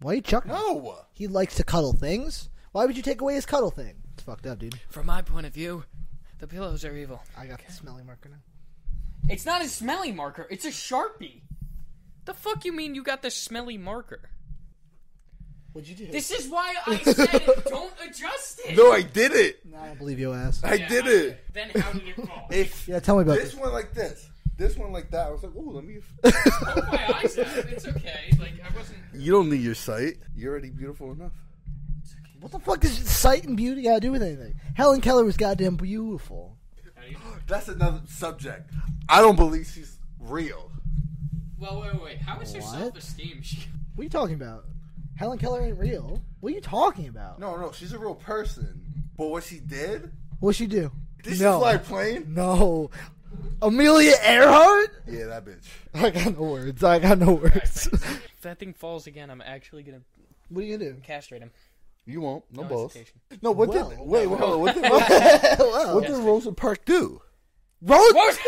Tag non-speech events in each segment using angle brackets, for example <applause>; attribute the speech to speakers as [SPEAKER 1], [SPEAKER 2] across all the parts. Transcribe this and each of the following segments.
[SPEAKER 1] Why are you chucking?
[SPEAKER 2] No.
[SPEAKER 1] He likes to cuddle things. Why would you take away his cuddle thing? It's fucked up, dude.
[SPEAKER 3] From my point of view, the pillows are evil.
[SPEAKER 1] I got the smelly marker now.
[SPEAKER 4] It's not a smelly marker. It's a sharpie.
[SPEAKER 3] The fuck you mean you got the smelly marker?
[SPEAKER 1] What'd you do?
[SPEAKER 4] This is why I said don't adjust it.
[SPEAKER 2] No, I did it.
[SPEAKER 1] I don't believe your <laughs> ass.
[SPEAKER 2] I did it.
[SPEAKER 4] Then how did it fall?
[SPEAKER 2] If
[SPEAKER 1] Yeah, tell me about
[SPEAKER 2] this
[SPEAKER 1] this.
[SPEAKER 2] one like this, this one like that, I was like, oh, let me.
[SPEAKER 3] Oh my eyes out. It's okay. Like I wasn't.
[SPEAKER 2] <laughs> You don't need your sight. You're already beautiful enough.
[SPEAKER 1] What the fuck does sight and beauty got to do with anything? Helen Keller was goddamn beautiful.
[SPEAKER 2] That's another subject. I don't believe she's real.
[SPEAKER 3] Well, wait, wait, wait. How is your
[SPEAKER 1] What?
[SPEAKER 3] self-esteem? She-
[SPEAKER 1] What are you talking about? Helen Keller ain't real. What are you talking about?
[SPEAKER 2] No, no, she's a real person. But what she did,
[SPEAKER 1] What'd she do?
[SPEAKER 2] did she
[SPEAKER 1] no.
[SPEAKER 2] fly a plane?
[SPEAKER 1] No. Amelia Earhart?
[SPEAKER 2] Yeah, that bitch.
[SPEAKER 1] <laughs> I got no words. I got no words. <laughs>
[SPEAKER 3] If that thing falls again, I'm actually gonna
[SPEAKER 1] what are you gonna do?
[SPEAKER 4] <laughs>
[SPEAKER 3] castrate him.
[SPEAKER 2] You won't. No,
[SPEAKER 3] No
[SPEAKER 2] balls.
[SPEAKER 3] hesitation.
[SPEAKER 2] No, what
[SPEAKER 1] Well-
[SPEAKER 2] did? Wait, wait, hold on. What <laughs> did, what,
[SPEAKER 1] Hello.
[SPEAKER 2] did Rosa Park do?
[SPEAKER 1] Rose,
[SPEAKER 3] What?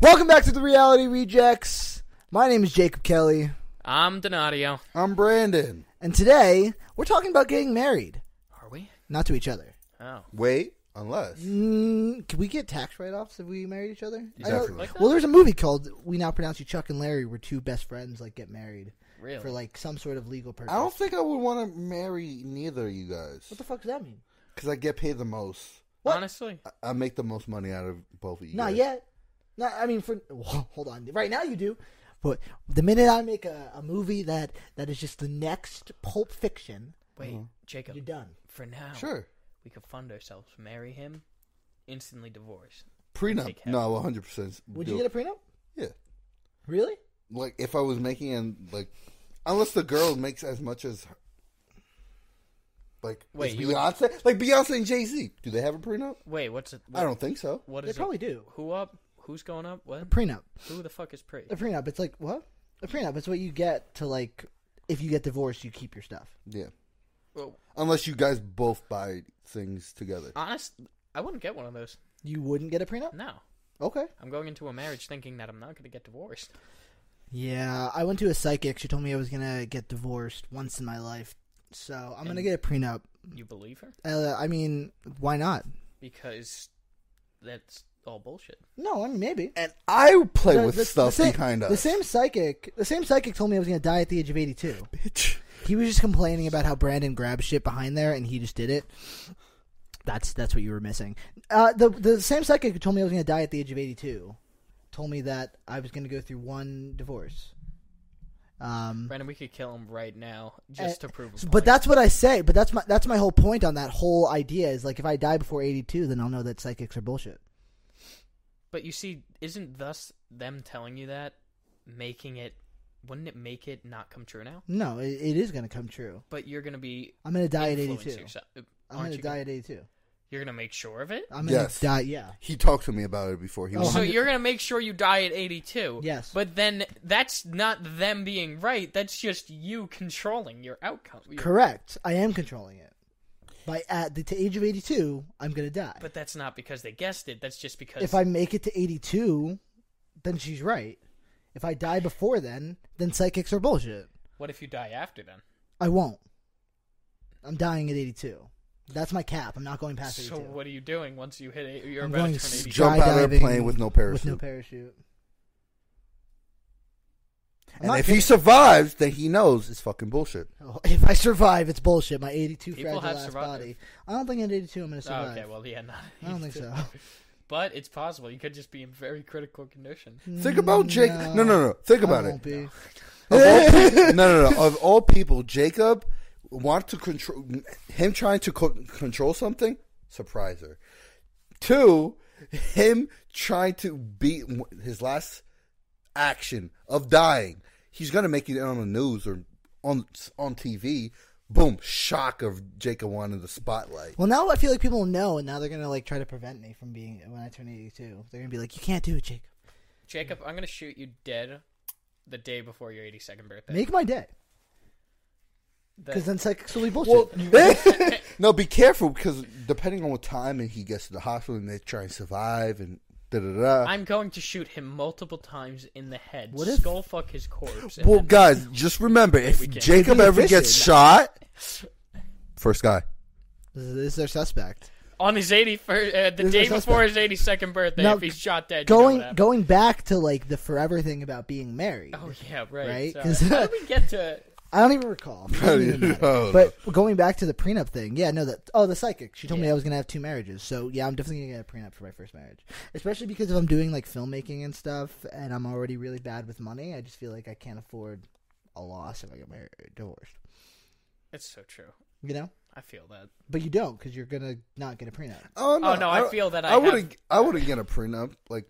[SPEAKER 1] welcome back to the Reality Rejects. My name is Jacob Kelly,
[SPEAKER 3] I'm Donadio.
[SPEAKER 2] I'm Brandon.
[SPEAKER 1] and today we're talking about getting married,
[SPEAKER 3] Are we?
[SPEAKER 1] not to each other.
[SPEAKER 3] Oh.
[SPEAKER 2] Wait, unless
[SPEAKER 1] Mm, can we get tax write-offs if we married each other? I know-
[SPEAKER 2] Definitely.
[SPEAKER 1] Well, there's a movie called "We Now Pronounce You Chuck and Larry," where two best friends like get married
[SPEAKER 3] Really?
[SPEAKER 1] for like some sort of legal purpose.
[SPEAKER 2] I don't think I would want to marry neither of you guys
[SPEAKER 1] What the fuck does that mean?
[SPEAKER 2] because I get paid the most.
[SPEAKER 1] What?
[SPEAKER 3] Honestly,
[SPEAKER 2] I- I make the most money out of both of you.
[SPEAKER 1] Not
[SPEAKER 2] guys.
[SPEAKER 1] yet. Not. I mean, for <laughs> well, hold on. Right now, you do. But the minute I make a, a movie that that is just the next Pulp Fiction,
[SPEAKER 3] wait, Jacob.
[SPEAKER 1] you're done.
[SPEAKER 3] For now,
[SPEAKER 2] Sure.
[SPEAKER 3] we could fund ourselves, marry him, instantly divorce.
[SPEAKER 2] Prenup.
[SPEAKER 3] Take half.
[SPEAKER 2] No, 100%.
[SPEAKER 1] Would
[SPEAKER 2] do
[SPEAKER 1] you
[SPEAKER 2] it.
[SPEAKER 1] get a prenup?
[SPEAKER 2] Yeah.
[SPEAKER 1] Really?
[SPEAKER 2] Like, if I was making, and like, unless the girl makes as much as, her, like,
[SPEAKER 3] Wait,
[SPEAKER 2] is
[SPEAKER 3] you-
[SPEAKER 2] Beyonce? Like, Beyonce and Jay Z. Do they have a prenup?
[SPEAKER 3] Wait, what's it?
[SPEAKER 2] I don't think so.
[SPEAKER 3] What
[SPEAKER 1] they
[SPEAKER 3] is
[SPEAKER 1] probably
[SPEAKER 3] it?
[SPEAKER 1] do.
[SPEAKER 3] Who up? Who's going up? What?
[SPEAKER 1] Prenup.
[SPEAKER 3] Who the fuck is pretty?
[SPEAKER 1] A prenup. It's like what? A prenup. It's what you get to like. If you get divorced, you keep your stuff.
[SPEAKER 2] Yeah.
[SPEAKER 3] Well,
[SPEAKER 2] Unless you guys both buy things together.
[SPEAKER 3] honest, I wouldn't get one of those.
[SPEAKER 1] You wouldn't get a prenup.
[SPEAKER 3] No,
[SPEAKER 1] Okay.
[SPEAKER 3] I'm going into a marriage thinking that I'm not going to get divorced.
[SPEAKER 1] Yeah, I went to a psychic. She told me I was gonna get divorced once in my life, so I'm gonna get a prenup.
[SPEAKER 3] You believe her?
[SPEAKER 1] Uh, I mean, why not?
[SPEAKER 3] Because that's all bullshit.
[SPEAKER 1] No, I mean maybe.
[SPEAKER 2] And I play
[SPEAKER 1] The-
[SPEAKER 2] with
[SPEAKER 1] the- the
[SPEAKER 2] stuff
[SPEAKER 1] same-
[SPEAKER 2] behind us.
[SPEAKER 1] The same psychic, the same psychic told me I was going to die at the age of 82.
[SPEAKER 2] bitch.
[SPEAKER 1] He was just complaining about how Brandon grabbed shit behind there and he just did it. That's that's what you were missing. Uh, the the same psychic who told me I was going to die at the age of 82 told me that I was going to go through one divorce. Um
[SPEAKER 3] Brandon, we could kill him right now just to prove.
[SPEAKER 1] so-
[SPEAKER 3] a
[SPEAKER 1] Eh, but
[SPEAKER 3] point.
[SPEAKER 1] that's what I say. But that's my that's my whole point on that whole idea is like if I die before eighty two, then I'll know that psychics are bullshit.
[SPEAKER 3] But you see, isn't thus them telling you that making it? Wouldn't it make it not come true now?
[SPEAKER 1] No, it, it is going to come true.
[SPEAKER 3] But you're going to be
[SPEAKER 1] I'm going to die at eighty
[SPEAKER 3] influencing
[SPEAKER 1] two.
[SPEAKER 3] yourself.
[SPEAKER 1] I'm
[SPEAKER 3] Aren't
[SPEAKER 1] going to
[SPEAKER 3] you
[SPEAKER 1] die
[SPEAKER 3] gonna-
[SPEAKER 1] at eighty two.
[SPEAKER 3] You're going to make sure of it.
[SPEAKER 1] I'm
[SPEAKER 2] Yes.
[SPEAKER 1] gonna die. Yeah.
[SPEAKER 2] He talked to me about it before. He
[SPEAKER 1] Oh,
[SPEAKER 2] was
[SPEAKER 3] So
[SPEAKER 1] hundred-
[SPEAKER 3] you're gonna make sure you die at 82.
[SPEAKER 1] Yes.
[SPEAKER 3] But then that's not them being right. That's just you controlling your outcome. Your-
[SPEAKER 1] Correct. I am controlling it. By at the t- age of eighty-two, I'm gonna die.
[SPEAKER 3] But that's not because they guessed it. That's just because.
[SPEAKER 1] if I make it to eighty-two, then she's right. If I die before then, then psychics are bullshit.
[SPEAKER 3] What if you die after then?
[SPEAKER 1] I won't. I'm dying at eighty-two. That's my cap. I'm not going past
[SPEAKER 3] So
[SPEAKER 1] eighty-two.
[SPEAKER 3] what are you doing once you hit? Eight, you're
[SPEAKER 1] I'm
[SPEAKER 3] about
[SPEAKER 1] going
[SPEAKER 3] to turn 82.
[SPEAKER 2] jump out of a
[SPEAKER 1] skydiving
[SPEAKER 2] plane with no
[SPEAKER 1] With no
[SPEAKER 2] parachute.
[SPEAKER 1] parachute. I'm
[SPEAKER 2] and
[SPEAKER 1] not
[SPEAKER 2] if
[SPEAKER 1] kidding.
[SPEAKER 2] he survives, then he knows it's fucking bullshit.
[SPEAKER 1] Oh, <laughs> if I survive, it's bullshit. My eighty-two
[SPEAKER 3] People have
[SPEAKER 1] fragile ass
[SPEAKER 3] survived.
[SPEAKER 1] body. I don't think at eighty-two I'm gonna
[SPEAKER 3] Oh,
[SPEAKER 1] survive.
[SPEAKER 3] okay. Well, yeah, <laughs> not.
[SPEAKER 1] I don't think so.
[SPEAKER 3] But it's possible. You could just be in very critical condition.
[SPEAKER 2] Think about Jake. No, no, no. Think
[SPEAKER 1] I
[SPEAKER 2] about
[SPEAKER 1] won't be.
[SPEAKER 2] it.
[SPEAKER 1] <laughs>
[SPEAKER 2] Of all people, no, no, no. Of all people, Jacob want to control him trying to co- control something. Surprise her. Two, him trying to beat his last action of dying. He's gonna make it on the news or on on TV. Boom! Shock of Jacob wanting the spotlight.
[SPEAKER 1] Well, now I feel like people know, and now they're gonna like try to prevent me from being when I turn eighty-two. They're gonna be like, "You can't do it, Jacob.
[SPEAKER 3] Jacob, I'm gonna shoot you dead the day before your 82nd birthday.
[SPEAKER 1] Make my day,
[SPEAKER 3] That-
[SPEAKER 1] because then psychics will be bullshit."
[SPEAKER 2] Well,
[SPEAKER 3] <laughs>
[SPEAKER 2] <laughs> no, be careful because depending on what time and he gets to the hospital and they try and survive and Da, da, da.
[SPEAKER 3] I'm going to shoot him multiple times in the head.
[SPEAKER 1] uh, What if-
[SPEAKER 3] skull fuck his corpse? and
[SPEAKER 2] Well,
[SPEAKER 3] then-
[SPEAKER 2] guys, just remember if
[SPEAKER 3] can.
[SPEAKER 2] Jacob
[SPEAKER 1] Maybe a
[SPEAKER 2] ever
[SPEAKER 1] fish
[SPEAKER 2] gets
[SPEAKER 1] did.
[SPEAKER 2] shot, first guy.
[SPEAKER 1] This is, this is their suspect.
[SPEAKER 3] on his 81st, uh, the
[SPEAKER 1] There's
[SPEAKER 3] day
[SPEAKER 1] no
[SPEAKER 3] before his 82nd birthday,
[SPEAKER 1] Now,
[SPEAKER 3] if he's shot dead, you know
[SPEAKER 1] Going
[SPEAKER 3] what happened.
[SPEAKER 1] going back to like the forever thing about being married.
[SPEAKER 3] Oh yeah, right.
[SPEAKER 1] Right?
[SPEAKER 3] sorry.
[SPEAKER 1] 'Cause-
[SPEAKER 3] How did
[SPEAKER 1] <laughs>
[SPEAKER 3] we get to?
[SPEAKER 1] I don't even recall. Doesn't even matter.
[SPEAKER 2] Oh,
[SPEAKER 1] But going back to the prenup thing, yeah, no, that oh, the psychic. She told me
[SPEAKER 3] Yeah.
[SPEAKER 1] I was gonna have two marriages, so yeah, I'm definitely gonna get a prenup for my first marriage. Especially because if I'm doing like filmmaking and stuff, and I'm already really bad with money, I just feel like I can't afford a loss if I get married or divorced.
[SPEAKER 3] That's so true.
[SPEAKER 1] You know,
[SPEAKER 3] I feel that.
[SPEAKER 1] but you don't because you're gonna not get a prenup.
[SPEAKER 2] Oh
[SPEAKER 3] Oh, no, I feel that I
[SPEAKER 2] I would
[SPEAKER 3] have-
[SPEAKER 2] have. I would have get a prenup like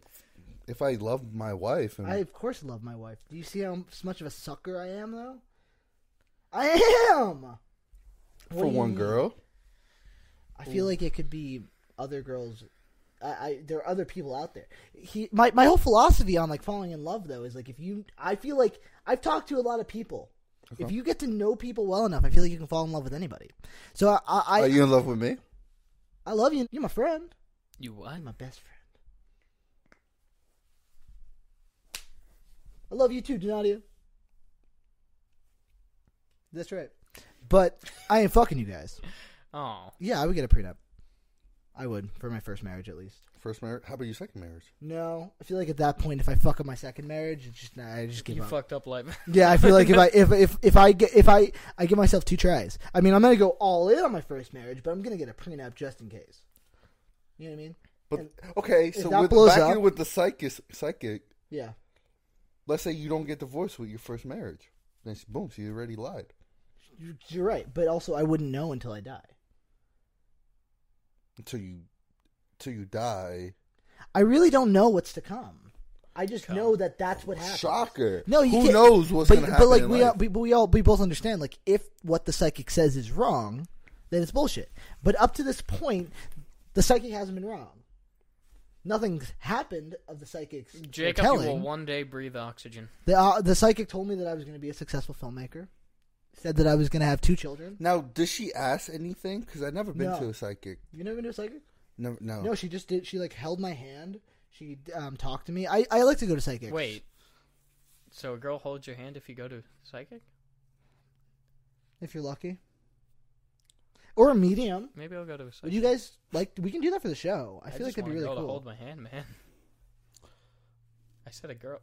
[SPEAKER 2] if I loved my wife. And,
[SPEAKER 1] I of course love my wife. Do you see how much of a sucker I am though? I am.
[SPEAKER 2] for one girl,
[SPEAKER 1] I feel like it could be other girls. I, I there are other people out there. He my my whole philosophy on like falling in love though is like if you I feel like I've talked to a lot of people. If you get to know people well enough, I feel like you can fall in love with anybody. So I I, I,
[SPEAKER 2] are you in love with me?
[SPEAKER 1] I love you. You're my friend.
[SPEAKER 3] You what?
[SPEAKER 1] You're my best friend. I love you too, Donadio. That's right. But I ain't fucking you guys.
[SPEAKER 3] Oh,
[SPEAKER 1] Yeah, I would get a prenup. I would for my first marriage at least.
[SPEAKER 2] First marriage. How about your second marriage?
[SPEAKER 1] No, I feel like at that point, if I fuck up my second marriage, it's just nah, I just give
[SPEAKER 3] you
[SPEAKER 1] up.
[SPEAKER 3] fucked up life. <laughs>
[SPEAKER 1] Yeah, I feel like if I if if if I get if I I give myself two tries. I mean, I'm gonna go all in on my first marriage, but I'm gonna get a prenup just in case. You know what I mean?
[SPEAKER 2] But
[SPEAKER 1] And-
[SPEAKER 2] okay,
[SPEAKER 1] if
[SPEAKER 2] so
[SPEAKER 1] that
[SPEAKER 2] with,
[SPEAKER 1] blows
[SPEAKER 2] back
[SPEAKER 1] up-
[SPEAKER 2] here with the psychic, psychic.
[SPEAKER 1] Yeah.
[SPEAKER 2] Let's say you don't get divorced with your first marriage. Then she- boom, she already lied.
[SPEAKER 1] You- You're right, but also I wouldn't know until I die.
[SPEAKER 2] Until you, until you die.
[SPEAKER 1] I really don't know what's to come. I just know that that's what happens.
[SPEAKER 2] Shocker.
[SPEAKER 1] No, you
[SPEAKER 2] who
[SPEAKER 1] can't-
[SPEAKER 2] knows what's
[SPEAKER 1] but,
[SPEAKER 2] gonna
[SPEAKER 1] but,
[SPEAKER 2] happen?
[SPEAKER 1] like
[SPEAKER 2] in
[SPEAKER 1] we
[SPEAKER 2] life?
[SPEAKER 1] all, we, but we all we both understand like if what the psychic says is wrong, then it's bullshit. But up to this point, the psychic hasn't been wrong. Nothing's happened of the psychic's
[SPEAKER 3] Jacob, you will
[SPEAKER 1] telling.
[SPEAKER 3] one day breathe oxygen.
[SPEAKER 1] The uh, the psychic told me that I was going to be a successful filmmaker. Said that I was going to have two children.
[SPEAKER 2] Now, does she ask anything? Because I've never been
[SPEAKER 1] No.
[SPEAKER 2] to a psychic.
[SPEAKER 1] You never been to a psychic?
[SPEAKER 2] Never, no. <laughs>
[SPEAKER 1] No, she just did. She like held my hand. She um, talked to me. I, I like to go to psychics.
[SPEAKER 3] Wait. So a girl holds your hand if you go to psychic?
[SPEAKER 1] if you're lucky, or a medium.
[SPEAKER 3] Maybe I'll go to a psychic.
[SPEAKER 1] Would you guys like? We can do that for the show. I, feel like
[SPEAKER 3] just
[SPEAKER 1] that'd be
[SPEAKER 3] want a
[SPEAKER 1] really
[SPEAKER 3] girl
[SPEAKER 1] cool.
[SPEAKER 3] To hold my hand, man. <laughs> I said a girl.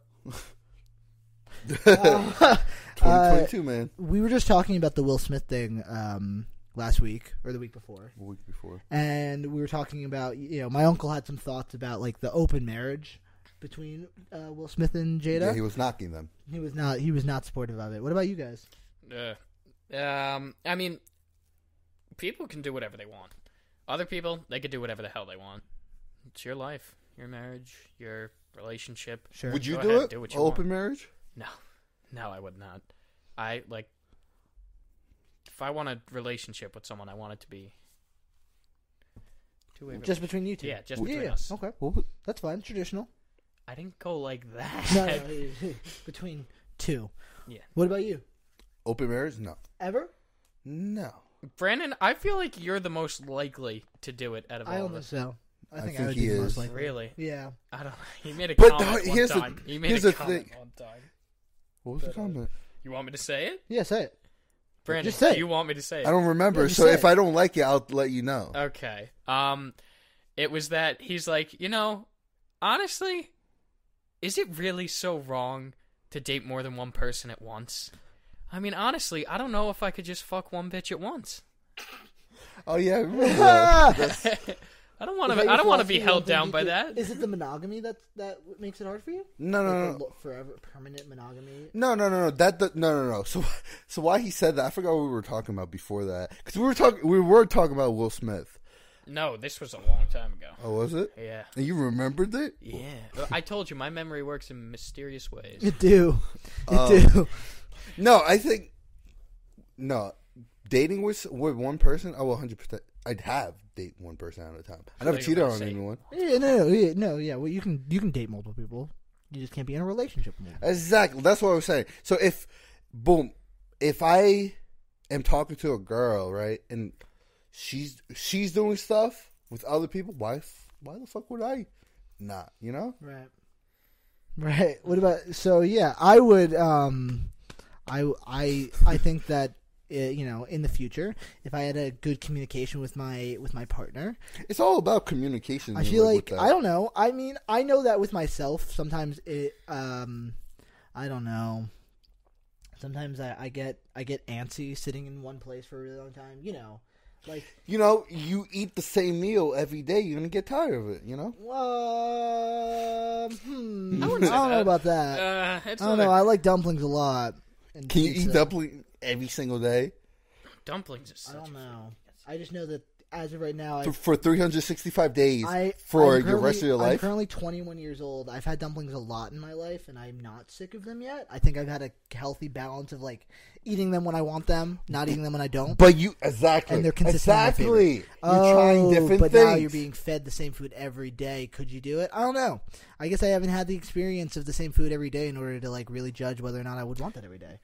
[SPEAKER 1] <laughs> Uh,
[SPEAKER 2] 2022, man.
[SPEAKER 1] we were just talking about the Will Smith thing um, last week or the week before,
[SPEAKER 2] A week before.
[SPEAKER 1] and we were talking about you know my uncle had some thoughts about like the open marriage between uh, Will Smith and Jada.
[SPEAKER 2] Yeah,
[SPEAKER 1] he,
[SPEAKER 2] he was knocking them.
[SPEAKER 1] was not he was not supportive of it. What about you guys?
[SPEAKER 3] Uh, um, I mean, people can do whatever they want. Other people, they could do whatever the hell they want. It's your life, your marriage, your relationship.
[SPEAKER 1] Sure.
[SPEAKER 2] Would you
[SPEAKER 3] Go
[SPEAKER 2] do
[SPEAKER 3] ahead,
[SPEAKER 2] it?
[SPEAKER 3] do what you
[SPEAKER 2] Open marriage?
[SPEAKER 3] No, no, I would not. I like if I want a relationship with someone, I want it to be two way.
[SPEAKER 1] just between you two?
[SPEAKER 3] yeah, just between us.
[SPEAKER 1] Okay,
[SPEAKER 2] What would-
[SPEAKER 1] that's fine. Traditional.
[SPEAKER 3] I didn't go like that.
[SPEAKER 1] No,
[SPEAKER 3] <laughs>
[SPEAKER 1] no, <laughs> no, between two.
[SPEAKER 3] Yeah.
[SPEAKER 1] What about you?
[SPEAKER 2] Open marriage? No.
[SPEAKER 1] Ever?
[SPEAKER 2] No.
[SPEAKER 3] Brandon, I feel like you're the most likely to do it out of
[SPEAKER 1] I
[SPEAKER 3] all
[SPEAKER 1] don't
[SPEAKER 3] of
[SPEAKER 1] think
[SPEAKER 3] us.
[SPEAKER 1] so. I
[SPEAKER 2] I
[SPEAKER 1] think I,
[SPEAKER 2] think
[SPEAKER 1] would
[SPEAKER 2] he
[SPEAKER 1] be the most
[SPEAKER 2] is.
[SPEAKER 1] likely.
[SPEAKER 3] Really?
[SPEAKER 1] Yeah.
[SPEAKER 3] I don't. <laughs> He made a
[SPEAKER 2] But
[SPEAKER 3] comment
[SPEAKER 2] the-
[SPEAKER 3] one
[SPEAKER 2] here's the-
[SPEAKER 3] time. he made
[SPEAKER 2] here's
[SPEAKER 3] a
[SPEAKER 2] the
[SPEAKER 3] comment
[SPEAKER 2] thing.
[SPEAKER 3] one time.
[SPEAKER 2] What was the
[SPEAKER 3] But, uh,
[SPEAKER 2] comment?
[SPEAKER 3] You want me to say it,
[SPEAKER 1] Yeah. Say it.
[SPEAKER 3] Brandon?
[SPEAKER 1] Just say it.
[SPEAKER 3] You want me to say it?
[SPEAKER 2] I don't remember.
[SPEAKER 1] Yeah, you
[SPEAKER 2] so
[SPEAKER 1] said
[SPEAKER 2] if
[SPEAKER 1] it.
[SPEAKER 2] I don't like it, I'll let you know.
[SPEAKER 3] Okay. Um, it was that he's like, you know, honestly, is it really so wrong to date more than one person at once? I mean, honestly, I don't know if I could just fuck one bitch at once.
[SPEAKER 2] oh yeah,
[SPEAKER 1] <laughs>
[SPEAKER 2] I remember that. That's-
[SPEAKER 3] I don't want
[SPEAKER 1] Is
[SPEAKER 3] to.
[SPEAKER 1] that
[SPEAKER 3] I
[SPEAKER 1] your
[SPEAKER 3] don't want to
[SPEAKER 1] philosophy?
[SPEAKER 3] be
[SPEAKER 1] You
[SPEAKER 3] held
[SPEAKER 1] think
[SPEAKER 3] down
[SPEAKER 1] you
[SPEAKER 3] by
[SPEAKER 1] could-
[SPEAKER 3] that.
[SPEAKER 1] Is it the monogamy that that makes it hard for you?
[SPEAKER 2] no,
[SPEAKER 1] Like,
[SPEAKER 2] no,
[SPEAKER 1] the
[SPEAKER 2] no,
[SPEAKER 1] lo- Forever permanent monogamy.
[SPEAKER 2] no, no, no, no. That the, no, no, no. So, <laughs> so why he said that? I forgot what we were talking about before that. Because we were talking, we were talking about Will Smith.
[SPEAKER 3] No, this was a long time ago.
[SPEAKER 2] Oh, was it?
[SPEAKER 3] Yeah.
[SPEAKER 2] And you remembered it?
[SPEAKER 3] Yeah. I told you my memory works in mysterious ways.
[SPEAKER 1] You do. You do.
[SPEAKER 2] No, I think no dating with with one person. I will hundred percent. I'd have date one person at a time. I never
[SPEAKER 3] thought you
[SPEAKER 2] cheated
[SPEAKER 3] were gonna
[SPEAKER 2] on
[SPEAKER 3] say-
[SPEAKER 2] anyone.
[SPEAKER 1] Yeah, no, no, yeah, no, yeah. Well, you can you can date multiple people. You just can't be in a relationship with them.
[SPEAKER 2] Exactly. That's what I was saying. So if boom, if I am talking to a girl right, and she's she's doing stuff with other people, why f- why the fuck would I not, you know?
[SPEAKER 1] Right. Right. What about so yeah, I would um I I I think that uh, you know, in the future, if I had a good communication with my with my partner,
[SPEAKER 2] It's all about communication.
[SPEAKER 1] I feel
[SPEAKER 2] with
[SPEAKER 1] like
[SPEAKER 2] that.
[SPEAKER 1] I don't know. I mean, I know that with myself. Sometimes it, um, I don't know. Sometimes I, I get I get antsy sitting in one place for a really long time. You know, like
[SPEAKER 2] You know, you eat the same meal every day, you're gonna get tired of it, you know?
[SPEAKER 1] um,
[SPEAKER 3] <laughs>
[SPEAKER 1] hmm, I,
[SPEAKER 3] wouldn't say
[SPEAKER 1] don't know
[SPEAKER 3] that.
[SPEAKER 1] about that.
[SPEAKER 3] Uh, it's
[SPEAKER 1] I don't
[SPEAKER 3] not
[SPEAKER 1] know.
[SPEAKER 3] a-
[SPEAKER 1] I like dumplings a lot. and
[SPEAKER 2] Can you eat
[SPEAKER 1] pizza.
[SPEAKER 2] dumpling every single day?
[SPEAKER 3] dumplings. Is
[SPEAKER 1] I
[SPEAKER 3] such
[SPEAKER 1] don't
[SPEAKER 3] a-
[SPEAKER 1] know. I just know that as of right now, I
[SPEAKER 2] For, for 365 days
[SPEAKER 1] I
[SPEAKER 2] for
[SPEAKER 1] I'm
[SPEAKER 2] your rest
[SPEAKER 1] currently-
[SPEAKER 2] of your
[SPEAKER 1] I'm
[SPEAKER 2] life?
[SPEAKER 1] currently 21 years old. I've had dumplings a lot in my life, and I'm not sick of them yet. I think I've had a healthy balance of like eating them when I want them, not eating them when I don't.
[SPEAKER 2] But you exactly,
[SPEAKER 1] And they're consistently my
[SPEAKER 2] exactly. You're
[SPEAKER 1] oh,
[SPEAKER 2] trying different
[SPEAKER 1] but
[SPEAKER 2] things.
[SPEAKER 1] now you're being fed the same food every day. Could you do it? I don't know. I guess I haven't had the experience of the same food every day in order to like really judge whether or not I would want that every day.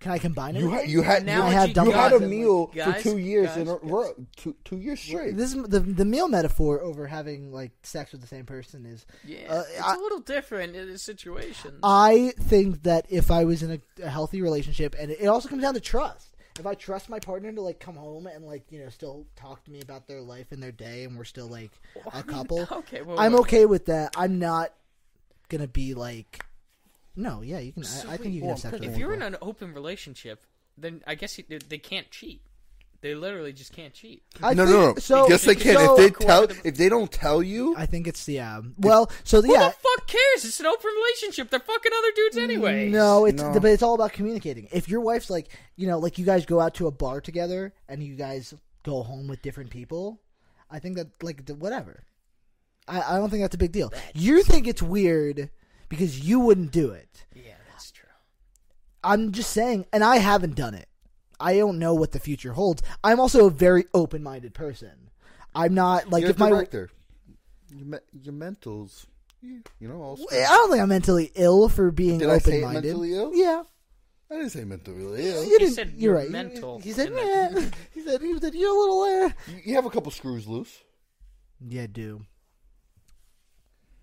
[SPEAKER 1] Can I combine it?
[SPEAKER 2] you had you had
[SPEAKER 3] Now
[SPEAKER 2] you,
[SPEAKER 1] I have
[SPEAKER 2] you had a
[SPEAKER 1] dumplings.
[SPEAKER 2] meal
[SPEAKER 3] Guys,
[SPEAKER 2] for two years
[SPEAKER 3] guys,
[SPEAKER 2] in a
[SPEAKER 3] guys.
[SPEAKER 2] row, two two years straight.
[SPEAKER 1] this is the the meal metaphor over having like sex with the same person is
[SPEAKER 3] Yeah,
[SPEAKER 1] Uh,
[SPEAKER 3] it's
[SPEAKER 1] I-
[SPEAKER 3] a little different in the situation.
[SPEAKER 1] I think that if I was in a, a healthy relationship, and it also comes down to trust. If I trust my partner to like come home and like you know still talk to me about their life and their day, and we're still like
[SPEAKER 3] <laughs>
[SPEAKER 1] a couple,
[SPEAKER 3] okay, well,
[SPEAKER 1] I'm
[SPEAKER 3] well,
[SPEAKER 1] okay with that. I'm not gonna be like, no, yeah, you can. I, I think you can have sex with
[SPEAKER 3] If you're in
[SPEAKER 1] anyone.
[SPEAKER 3] an open relationship, then I guess you, they- they can't cheat. They literally just can't cheat.
[SPEAKER 1] I
[SPEAKER 2] no,
[SPEAKER 1] think-
[SPEAKER 2] no, no.
[SPEAKER 1] So,
[SPEAKER 2] yes, they can.
[SPEAKER 1] so-
[SPEAKER 2] if they tell, if they don't tell you,
[SPEAKER 1] I think it's the um. Well, so
[SPEAKER 3] Who
[SPEAKER 1] yeah,
[SPEAKER 3] the fuck cares? It's an open relationship. They're fucking other dudes anyway.
[SPEAKER 1] No, it's
[SPEAKER 2] No.
[SPEAKER 1] but it's all about communicating. If your wife's like, you know, like you guys go out to a bar together and you guys go home with different people, I think that like th- whatever. I, I don't think that's a big deal. You think it's weird because you wouldn't do it.
[SPEAKER 3] Yeah, that's true.
[SPEAKER 1] I'm just saying, and I haven't done it. I don't know what the future holds. I'm also a very open-minded person. I'm not like
[SPEAKER 2] you're
[SPEAKER 1] if my
[SPEAKER 2] director. Your, me- your mentals, you know. All
[SPEAKER 1] I don't think I'm mentally ill for being
[SPEAKER 2] Did I say
[SPEAKER 1] open-minded.
[SPEAKER 2] mentally ill?
[SPEAKER 1] Yeah.
[SPEAKER 2] I didn't say mentally ill.
[SPEAKER 1] You didn't,
[SPEAKER 3] said
[SPEAKER 1] you're
[SPEAKER 3] you're
[SPEAKER 1] right. You-
[SPEAKER 3] mental,
[SPEAKER 1] He, said,
[SPEAKER 3] didn't
[SPEAKER 1] "Meh." <laughs> he said, he said, you're a little. Uh.
[SPEAKER 2] You, you have a couple screws loose.
[SPEAKER 1] Yeah, do.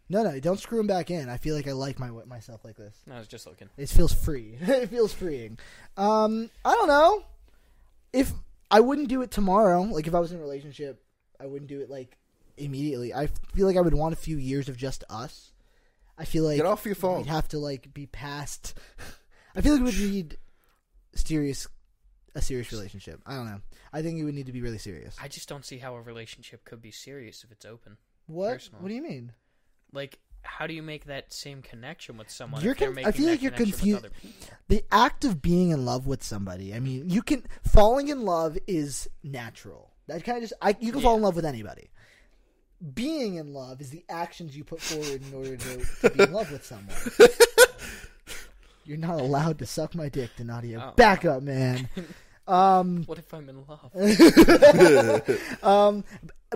[SPEAKER 1] No, no, don't screw him back in. I feel like I like my myself like this.
[SPEAKER 3] I was just looking.
[SPEAKER 1] It feels free. <laughs> it feels freeing. Um, I don't know if I wouldn't do it tomorrow. Like if I was in a relationship, I wouldn't do it like immediately. I feel like I would want a few years of just us. I feel like
[SPEAKER 2] Get off your phone.
[SPEAKER 1] We'd have to like be past. <laughs> I feel like we'd need serious, a serious relationship. I don't know. I think it would need to be really serious.
[SPEAKER 3] I just don't see how a relationship could be serious if it's open.
[SPEAKER 1] What?
[SPEAKER 3] Personal.
[SPEAKER 1] What do you mean?
[SPEAKER 3] Like, how do you make that same connection with someone?
[SPEAKER 1] You're
[SPEAKER 3] if they're
[SPEAKER 1] con- I
[SPEAKER 3] making
[SPEAKER 1] feel
[SPEAKER 3] that
[SPEAKER 1] like you're
[SPEAKER 3] connection
[SPEAKER 1] confused-
[SPEAKER 3] With other people?
[SPEAKER 1] the act of being in love with somebody. I mean, you can falling in love is natural. That kind of just I, you can fall in love with anybody. Being in love is the actions you put forward in order to, to be in love with someone. You're not allowed to suck my dick, Denadio.
[SPEAKER 3] Oh.
[SPEAKER 1] Back up, man. Um,
[SPEAKER 3] What if I'm in love?
[SPEAKER 1] <laughs> um,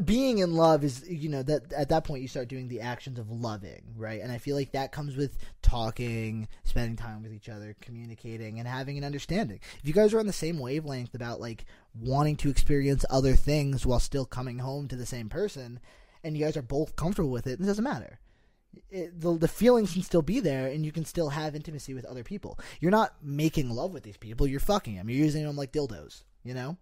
[SPEAKER 1] being in love is you know that at that point you start doing the actions of loving, right? And I feel like that comes with talking, spending time with each other, communicating, and having an understanding. If you guys are on the same wavelength about like wanting to experience other things while still coming home to the same person, and you guys are both comfortable with it, it doesn't matter. It, the, the feelings can still be there, and you can still have intimacy with other people. You're not making love with these people; you're fucking them. You're using them like dildos. You know,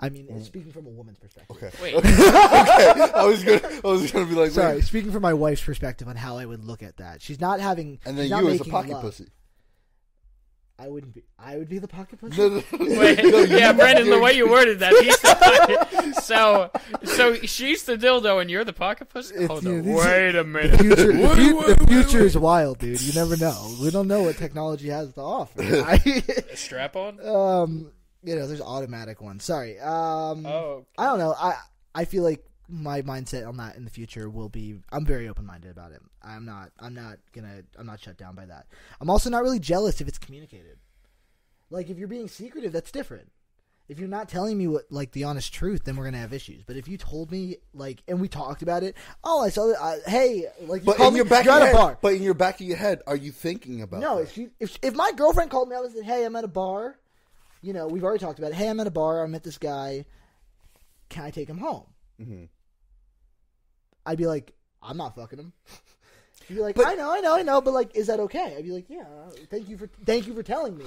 [SPEAKER 1] I mean, speaking from a woman's perspective.
[SPEAKER 2] <laughs> Okay.
[SPEAKER 3] Wait.
[SPEAKER 2] I was gonna, I was gonna be like,
[SPEAKER 1] Sorry,
[SPEAKER 2] wait.
[SPEAKER 1] speaking from my wife's perspective on how I would look at that. She's not having.
[SPEAKER 2] and then
[SPEAKER 1] she's not
[SPEAKER 2] you as a
[SPEAKER 1] making
[SPEAKER 2] pocket
[SPEAKER 1] love.
[SPEAKER 2] pussy. <laughs>
[SPEAKER 1] I wouldn't be. I would be the pocket pussy.
[SPEAKER 2] No, no, no.
[SPEAKER 3] <laughs> Wait,
[SPEAKER 2] No, you-
[SPEAKER 3] yeah, Brendan,
[SPEAKER 2] <laughs>
[SPEAKER 3] the way you worded that, he's the <laughs> so so she's the dildo and you're the pocket pussy.
[SPEAKER 1] It's-
[SPEAKER 3] Hold
[SPEAKER 1] you know,
[SPEAKER 3] on,
[SPEAKER 1] these-
[SPEAKER 3] wait a
[SPEAKER 1] The
[SPEAKER 3] minute.
[SPEAKER 1] future, the,
[SPEAKER 3] Wait,
[SPEAKER 1] fu-
[SPEAKER 3] wait,
[SPEAKER 1] the
[SPEAKER 3] wait,
[SPEAKER 1] future
[SPEAKER 3] wait.
[SPEAKER 1] is wild, dude. You never know. We don't know what technology has to
[SPEAKER 2] <laughs>
[SPEAKER 1] offer. right?
[SPEAKER 3] Strap on.
[SPEAKER 1] <laughs> um, you know, there's automatic ones. Sorry. Um,
[SPEAKER 3] Oh,
[SPEAKER 1] I don't know. I I feel like my mindset on that in the future will be I'm very open minded about it. I'm not I'm not gonna I'm not shut down by that. I'm also not really jealous if it's communicated. Like if you're being secretive, that's different. If you're not telling me what like the honest truth, then we're gonna have issues. But if you told me like and we talked about it, oh I saw that. I, hey, like you
[SPEAKER 2] But
[SPEAKER 1] called
[SPEAKER 2] in
[SPEAKER 1] me,
[SPEAKER 2] your back,
[SPEAKER 1] you're
[SPEAKER 2] of
[SPEAKER 1] at
[SPEAKER 2] your
[SPEAKER 1] a
[SPEAKER 2] head,
[SPEAKER 1] bar.
[SPEAKER 2] but in your back of your head, are you thinking about?
[SPEAKER 1] No,
[SPEAKER 2] that?
[SPEAKER 1] if, she, if if my girlfriend called me up and said, "Hey, I'm at a bar," you know, we've already talked about. it. Hey, I'm at a bar. I met this
[SPEAKER 2] Mm-hmm.
[SPEAKER 1] guy. Can I take him home? I'd be like, I'm not fucking him. <laughs> You'd be like,
[SPEAKER 2] But-
[SPEAKER 1] I know, I know, I know, but like, is that okay? I'd be like, yeah, thank you for thank you for telling me.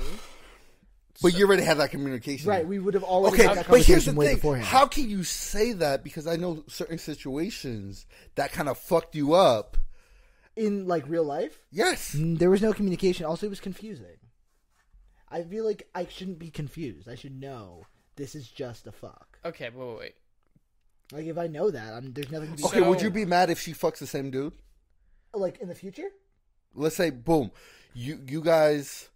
[SPEAKER 2] But you already had that communication.
[SPEAKER 1] Right, we would have already
[SPEAKER 2] Okay,
[SPEAKER 1] had that
[SPEAKER 2] but here's the
[SPEAKER 1] conversation way
[SPEAKER 2] thing.
[SPEAKER 1] beforehand.
[SPEAKER 2] How can you say that? Because I know certain situations that kind of fucked you up.
[SPEAKER 1] In like real life,
[SPEAKER 2] Yes.
[SPEAKER 1] Mm, there was no communication. Also, it was confusing. I feel like I shouldn't be confused. I should know this is just a fuck.
[SPEAKER 3] Okay, wait, wait, wait.
[SPEAKER 1] Like if I know that, I'm there's nothing to be
[SPEAKER 2] Okay, would
[SPEAKER 3] So-
[SPEAKER 2] you be mad if she fucks the same dude?
[SPEAKER 1] like in the future.
[SPEAKER 2] Let's say, boom, you you guys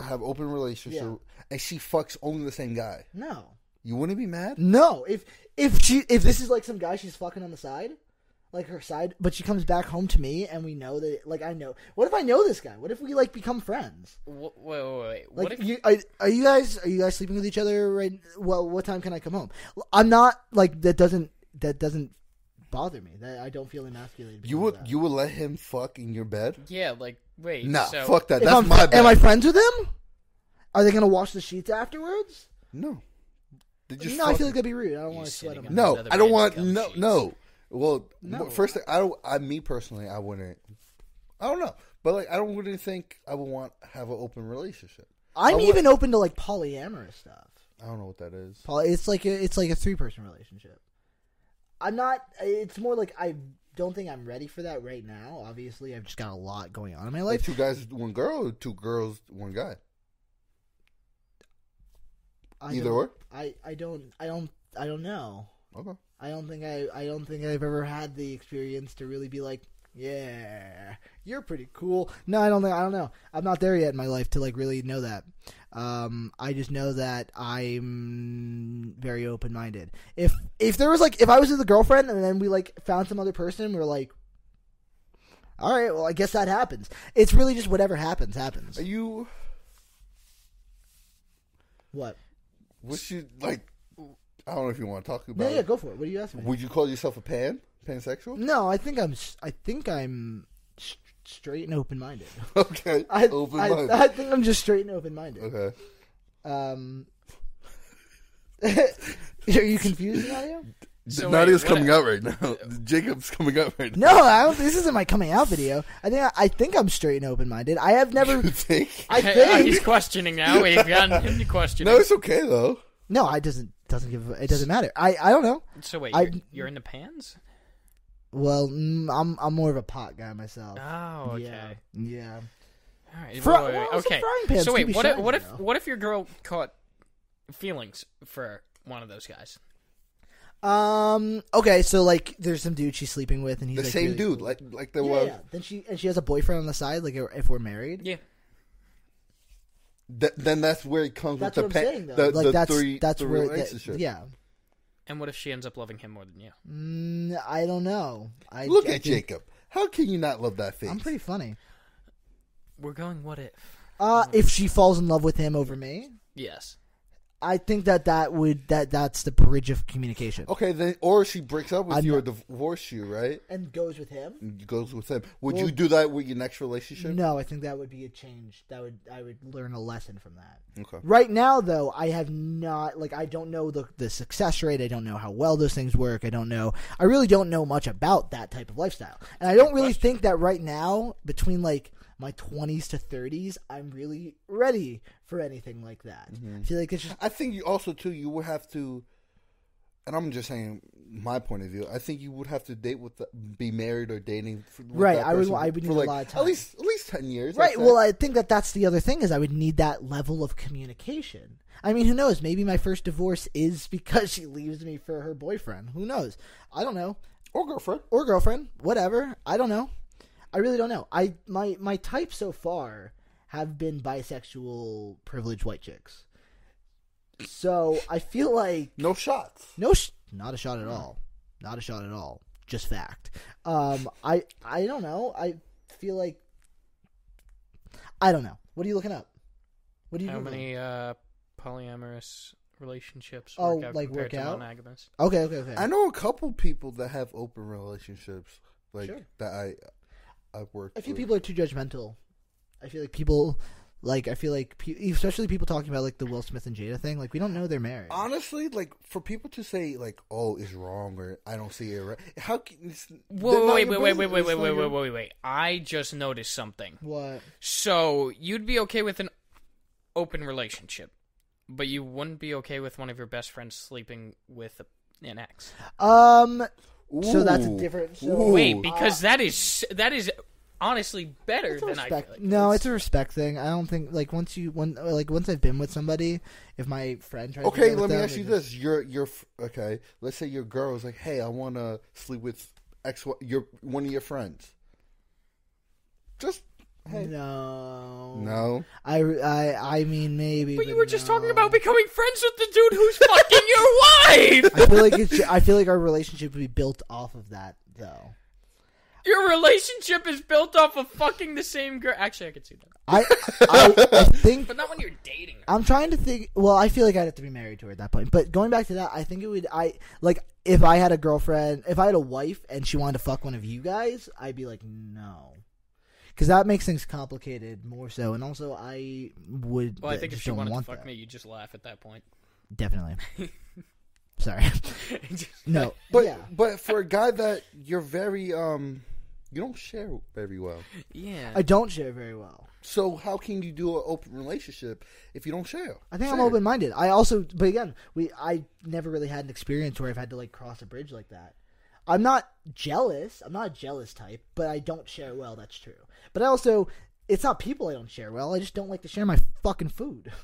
[SPEAKER 2] have open relationship,
[SPEAKER 1] Yeah.
[SPEAKER 2] and she fucks only the same guy.
[SPEAKER 1] No,
[SPEAKER 2] You wouldn't be mad?
[SPEAKER 1] no. If if she if this is like some guy she's fucking on the side, like her side, but she comes back home to me and we know that like I know. What if I know this guy? What if we like become friends?
[SPEAKER 3] Wh- Wait, wait, wait. wait.
[SPEAKER 1] Like
[SPEAKER 3] what if
[SPEAKER 1] you are, are you guys are you guys sleeping with each other right? Well, what time can I come home? I'm not like that doesn't that doesn't bother me. That I don't feel emasculated.
[SPEAKER 2] You
[SPEAKER 1] because
[SPEAKER 2] would
[SPEAKER 1] of that.
[SPEAKER 2] you would let him fuck in your bed?
[SPEAKER 3] Yeah, like wait.
[SPEAKER 2] Nah,
[SPEAKER 3] so,
[SPEAKER 2] fuck
[SPEAKER 1] If
[SPEAKER 2] that. That's
[SPEAKER 1] I'm-
[SPEAKER 2] my bad.
[SPEAKER 1] Am I friends with them? Are they gonna wash the sheets afterwards?
[SPEAKER 2] no. Did you?
[SPEAKER 1] no, I
[SPEAKER 2] fuck-
[SPEAKER 1] feel like that'd be rude. I don't want to
[SPEAKER 3] sitting
[SPEAKER 1] sweat them.
[SPEAKER 3] on-
[SPEAKER 2] no.
[SPEAKER 3] Another
[SPEAKER 2] I don't
[SPEAKER 3] man's
[SPEAKER 2] want
[SPEAKER 3] cum
[SPEAKER 2] no
[SPEAKER 3] sheets.
[SPEAKER 2] no. Well,
[SPEAKER 1] No.
[SPEAKER 2] first thing, I don't. I me personally, I wouldn't. I don't know, but like I don't really think I would want have an open relationship.
[SPEAKER 1] I'm
[SPEAKER 2] I would-
[SPEAKER 1] even open to like polyamorous stuff.
[SPEAKER 2] I don't know what that is.
[SPEAKER 1] Poly, it's like a, it's like a three person relationship. I'm not. It's more like I don't think I'm ready for that right now. Obviously, I've just got a lot going on in my
[SPEAKER 2] Like
[SPEAKER 1] life.
[SPEAKER 2] two guys, one girl, or two girls, one guy.
[SPEAKER 1] I
[SPEAKER 2] either
[SPEAKER 1] don't-
[SPEAKER 2] or?
[SPEAKER 1] I, I don't I don't I don't know.
[SPEAKER 2] Okay.
[SPEAKER 1] I don't think I I don't think I've ever had the experience to really be like, yeah, you're pretty cool. No, I don't think I don't know. I'm not there yet in my life to like really know that. Um, I just know that I'm very open minded. If if there was like if I was with a girlfriend and then we like found some other person, we're like, all right, well I guess that happens. It's really just whatever happens happens.
[SPEAKER 2] Are you?
[SPEAKER 1] What?
[SPEAKER 2] What's you like? I don't know if you want to talk about.
[SPEAKER 1] No, yeah,
[SPEAKER 2] it.
[SPEAKER 1] go for it. What are you asking me?
[SPEAKER 2] Would you call yourself a pan
[SPEAKER 1] <laughs>
[SPEAKER 2] pansexual?
[SPEAKER 1] No, I think I'm. s- I think I'm s- straight and open minded.
[SPEAKER 2] Okay.
[SPEAKER 1] I,
[SPEAKER 2] Open
[SPEAKER 1] I,
[SPEAKER 2] mind.
[SPEAKER 1] I think I'm just straight and open minded.
[SPEAKER 2] okay.
[SPEAKER 1] Um, <laughs> are you confused, Nadia?
[SPEAKER 3] So
[SPEAKER 2] Nadia's
[SPEAKER 3] wait, what-
[SPEAKER 2] coming out right now. <laughs> Jacob's coming out right now.
[SPEAKER 1] No, I don't, this isn't my coming out video. I think I, I think I'm straight and open minded. I have never.
[SPEAKER 2] <laughs> You think?
[SPEAKER 3] <laughs>
[SPEAKER 1] I
[SPEAKER 3] Hey, he's
[SPEAKER 1] think
[SPEAKER 3] questioning now. We've gotten him to question.
[SPEAKER 2] No, it's okay though.
[SPEAKER 1] no. I doesn't doesn't give. a- It doesn't matter. I I don't know.
[SPEAKER 3] So wait,
[SPEAKER 1] I-
[SPEAKER 3] you're, you're in the pans?
[SPEAKER 1] Well, mm, I'm I'm more of a pot guy myself.
[SPEAKER 3] Oh, okay.
[SPEAKER 1] Yeah. Yeah.
[SPEAKER 3] All right.
[SPEAKER 1] Fri-
[SPEAKER 3] wait,
[SPEAKER 1] well,
[SPEAKER 3] wait, wait,
[SPEAKER 1] it's a
[SPEAKER 3] okay.
[SPEAKER 1] frying pan, it's
[SPEAKER 3] so
[SPEAKER 1] gonna
[SPEAKER 3] wait, what
[SPEAKER 1] be
[SPEAKER 3] if, what
[SPEAKER 1] shiny,
[SPEAKER 3] if
[SPEAKER 1] though.
[SPEAKER 3] what if your girl caught feelings for one of those guys?
[SPEAKER 1] Um. Okay. So like, there's some dude she's sleeping with, and he's
[SPEAKER 2] The
[SPEAKER 1] like,
[SPEAKER 2] same
[SPEAKER 1] really
[SPEAKER 2] dude,
[SPEAKER 1] cool.
[SPEAKER 2] like like there
[SPEAKER 1] yeah,
[SPEAKER 2] was.
[SPEAKER 1] yeah. Then she and she has a boyfriend on the side. Like, if we're married.
[SPEAKER 3] Yeah.
[SPEAKER 2] Th- then that's where it comes
[SPEAKER 1] That's what I'm
[SPEAKER 2] with the pan.
[SPEAKER 1] saying, though.
[SPEAKER 2] the,
[SPEAKER 1] like
[SPEAKER 2] the
[SPEAKER 1] that's
[SPEAKER 2] three,
[SPEAKER 1] that's
[SPEAKER 2] the
[SPEAKER 1] where
[SPEAKER 2] relationship.
[SPEAKER 1] that, yeah.
[SPEAKER 3] And what if she ends up loving him more than you?
[SPEAKER 1] Mm, I don't know. I
[SPEAKER 2] Look
[SPEAKER 1] I
[SPEAKER 2] at
[SPEAKER 1] think-
[SPEAKER 2] Jacob. How can you not love that face?
[SPEAKER 1] I'm pretty funny.
[SPEAKER 3] We're going what if?
[SPEAKER 1] Uh, if she falls in love with him over me,
[SPEAKER 3] Yes.
[SPEAKER 1] I think that that would that that's the bridge of communication.
[SPEAKER 2] Okay, then or she breaks up with
[SPEAKER 1] I'm
[SPEAKER 2] you or
[SPEAKER 1] not-
[SPEAKER 2] divorce you, right?
[SPEAKER 1] And goes with him.
[SPEAKER 2] And goes with him. Would
[SPEAKER 1] Well-
[SPEAKER 2] you do that with your next relationship?
[SPEAKER 1] No, I think that would be a change. That would I would learn a lesson from that.
[SPEAKER 2] Okay.
[SPEAKER 1] Right now, though, I have not like I don't know the the success rate. I don't know how well those things work. I don't know. I really don't know much about that type of lifestyle, and I don't really think that right now between like my twenties to thirties, I'm really ready for anything like that. I feel like it's just
[SPEAKER 2] I think you also too you would have to, and I'm just saying my point of view. I think you would have to date with the, be married or dating. For, with
[SPEAKER 1] Right,
[SPEAKER 2] that
[SPEAKER 1] I would-
[SPEAKER 2] person
[SPEAKER 1] I would
[SPEAKER 2] for
[SPEAKER 1] need a
[SPEAKER 2] like,
[SPEAKER 1] lot of
[SPEAKER 2] At
[SPEAKER 1] time.
[SPEAKER 2] least at least ten years.
[SPEAKER 1] Right.
[SPEAKER 2] I'd say.
[SPEAKER 1] Well, I think that that's the other thing is I would need that level of communication. I mean, who knows? Maybe my first divorce is <laughs> because she leaves me for her boyfriend. Who knows? I don't know.
[SPEAKER 2] or girlfriend.
[SPEAKER 1] Or girlfriend, whatever. I don't know. I really don't know. I my my type so far have been bisexual privileged white chicks. So, I feel like
[SPEAKER 2] No shots.
[SPEAKER 1] no, sh- not a shot at all. Not a shot at all. Just fact. Um, I I don't know. I feel like I don't know. What are you looking up? What are you
[SPEAKER 3] How
[SPEAKER 1] Googling?
[SPEAKER 3] many uh, polyamorous relationships
[SPEAKER 1] Oh,
[SPEAKER 3] work out
[SPEAKER 1] like,
[SPEAKER 3] compared
[SPEAKER 1] work
[SPEAKER 3] to
[SPEAKER 1] out?
[SPEAKER 3] monogamous?
[SPEAKER 1] Okay, okay, okay.
[SPEAKER 2] I know a couple people that have open relationships, like
[SPEAKER 1] Sure.
[SPEAKER 2] that I I've worked.
[SPEAKER 1] a few
[SPEAKER 2] with.
[SPEAKER 1] people are too judgmental. I feel like people Like I feel like, pe- especially people talking about like the Will Smith and Jada thing. Like we don't know they're married.
[SPEAKER 2] Honestly, like for people to say like, "Oh, it's wrong," or "I don't see it right," how can it's, they're
[SPEAKER 3] Whoa,
[SPEAKER 2] not
[SPEAKER 3] wait,
[SPEAKER 2] your
[SPEAKER 3] wait, wait, wait,
[SPEAKER 2] business.
[SPEAKER 3] wait,
[SPEAKER 2] It's
[SPEAKER 3] wait,
[SPEAKER 2] not
[SPEAKER 3] wait,
[SPEAKER 2] your-
[SPEAKER 3] wait, wait, wait. I just noticed something.
[SPEAKER 1] what?
[SPEAKER 3] So you'd be okay with an open relationship, but you wouldn't be okay with one of your best friends sleeping with a, an ex.
[SPEAKER 1] Um, So that's a
[SPEAKER 2] Ooh.
[SPEAKER 1] different- so-
[SPEAKER 2] Ooh.
[SPEAKER 3] Wait, because that is that is honestly better
[SPEAKER 1] it's a
[SPEAKER 3] than I.
[SPEAKER 1] respect.
[SPEAKER 3] Feel like.
[SPEAKER 1] no, it's a respect thing. I don't think like once you when like once I've been with somebody, if my friend tries. to
[SPEAKER 2] okay,
[SPEAKER 1] get with
[SPEAKER 2] let me
[SPEAKER 1] them,
[SPEAKER 2] ask
[SPEAKER 1] it
[SPEAKER 2] you
[SPEAKER 1] just-
[SPEAKER 2] this: your your f- okay, let's say your girl is like, "Hey, I want to sleep with ex your one of your friends." Just hey,
[SPEAKER 1] No,
[SPEAKER 2] no.
[SPEAKER 1] I, I, I mean maybe.
[SPEAKER 3] But you were just talking
[SPEAKER 1] no.
[SPEAKER 3] about becoming friends with the dude who's fucking your <laughs>
[SPEAKER 1] <laughs>
[SPEAKER 3] wife.
[SPEAKER 1] I feel like it's, I feel like our relationship would be built off of that though.
[SPEAKER 3] Your relationship is built off of fucking the same girl. Actually, I could see that,
[SPEAKER 1] I, I,
[SPEAKER 2] <laughs>
[SPEAKER 1] I think
[SPEAKER 3] but not when you're dating. her.
[SPEAKER 1] I'm trying to think. Well, I feel like I'd have to be married to her at that point. But going back to that, I think it would. I like if I had a girlfriend, if I had a wife, and she wanted to fuck one of you guys, I'd be like, no, because that makes things complicated more so. And also, I would.
[SPEAKER 3] Well, I think if
[SPEAKER 1] just
[SPEAKER 3] she
[SPEAKER 1] don't
[SPEAKER 3] wanted to
[SPEAKER 1] want
[SPEAKER 3] fuck
[SPEAKER 1] that.
[SPEAKER 3] me, you just laugh at that point. <laughs>
[SPEAKER 1] definitely. Sorry, <laughs> no,
[SPEAKER 2] But
[SPEAKER 1] yeah.
[SPEAKER 2] but for a guy that you're very um, you don't share very well.
[SPEAKER 3] yeah.
[SPEAKER 1] I don't share very well.
[SPEAKER 2] So how can you do an open relationship if you don't share?
[SPEAKER 1] I think I'm
[SPEAKER 2] Share.
[SPEAKER 1] open minded. I also, but again, we I never really had an experience where I've had to like cross a bridge like that. I'm not jealous. I'm not a jealous type, but I don't share well. That's true. But I also, it's not people I don't share well. I just don't like to share my fucking food. <laughs>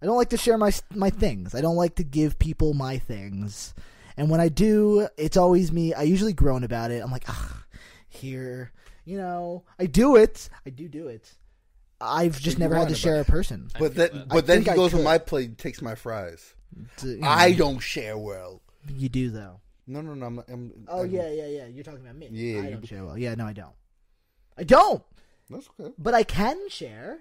[SPEAKER 1] I don't like to share my my things. I don't like to give people my things. And when I do, it's always me. I usually groan about it. I'm like, ah, here, you know. I do it. I do do it. I've just
[SPEAKER 2] You
[SPEAKER 1] never had
[SPEAKER 2] groan
[SPEAKER 1] to
[SPEAKER 2] about
[SPEAKER 1] share a person.
[SPEAKER 2] But
[SPEAKER 3] feel
[SPEAKER 2] then
[SPEAKER 3] that.
[SPEAKER 1] I
[SPEAKER 2] but then
[SPEAKER 1] think
[SPEAKER 2] he
[SPEAKER 1] I
[SPEAKER 2] goes
[SPEAKER 1] could.
[SPEAKER 2] on my plate and takes my fries.
[SPEAKER 1] To- you know.
[SPEAKER 2] I don't share well.
[SPEAKER 1] You do though.
[SPEAKER 2] No no no. I'm, I'm,
[SPEAKER 1] Oh
[SPEAKER 2] I'm-
[SPEAKER 1] yeah, yeah, yeah. You're talking about me.
[SPEAKER 2] Yeah,
[SPEAKER 1] I
[SPEAKER 2] you-
[SPEAKER 1] don't share well. Yeah, no, I don't. I don't.
[SPEAKER 2] That's okay.
[SPEAKER 1] But I can share.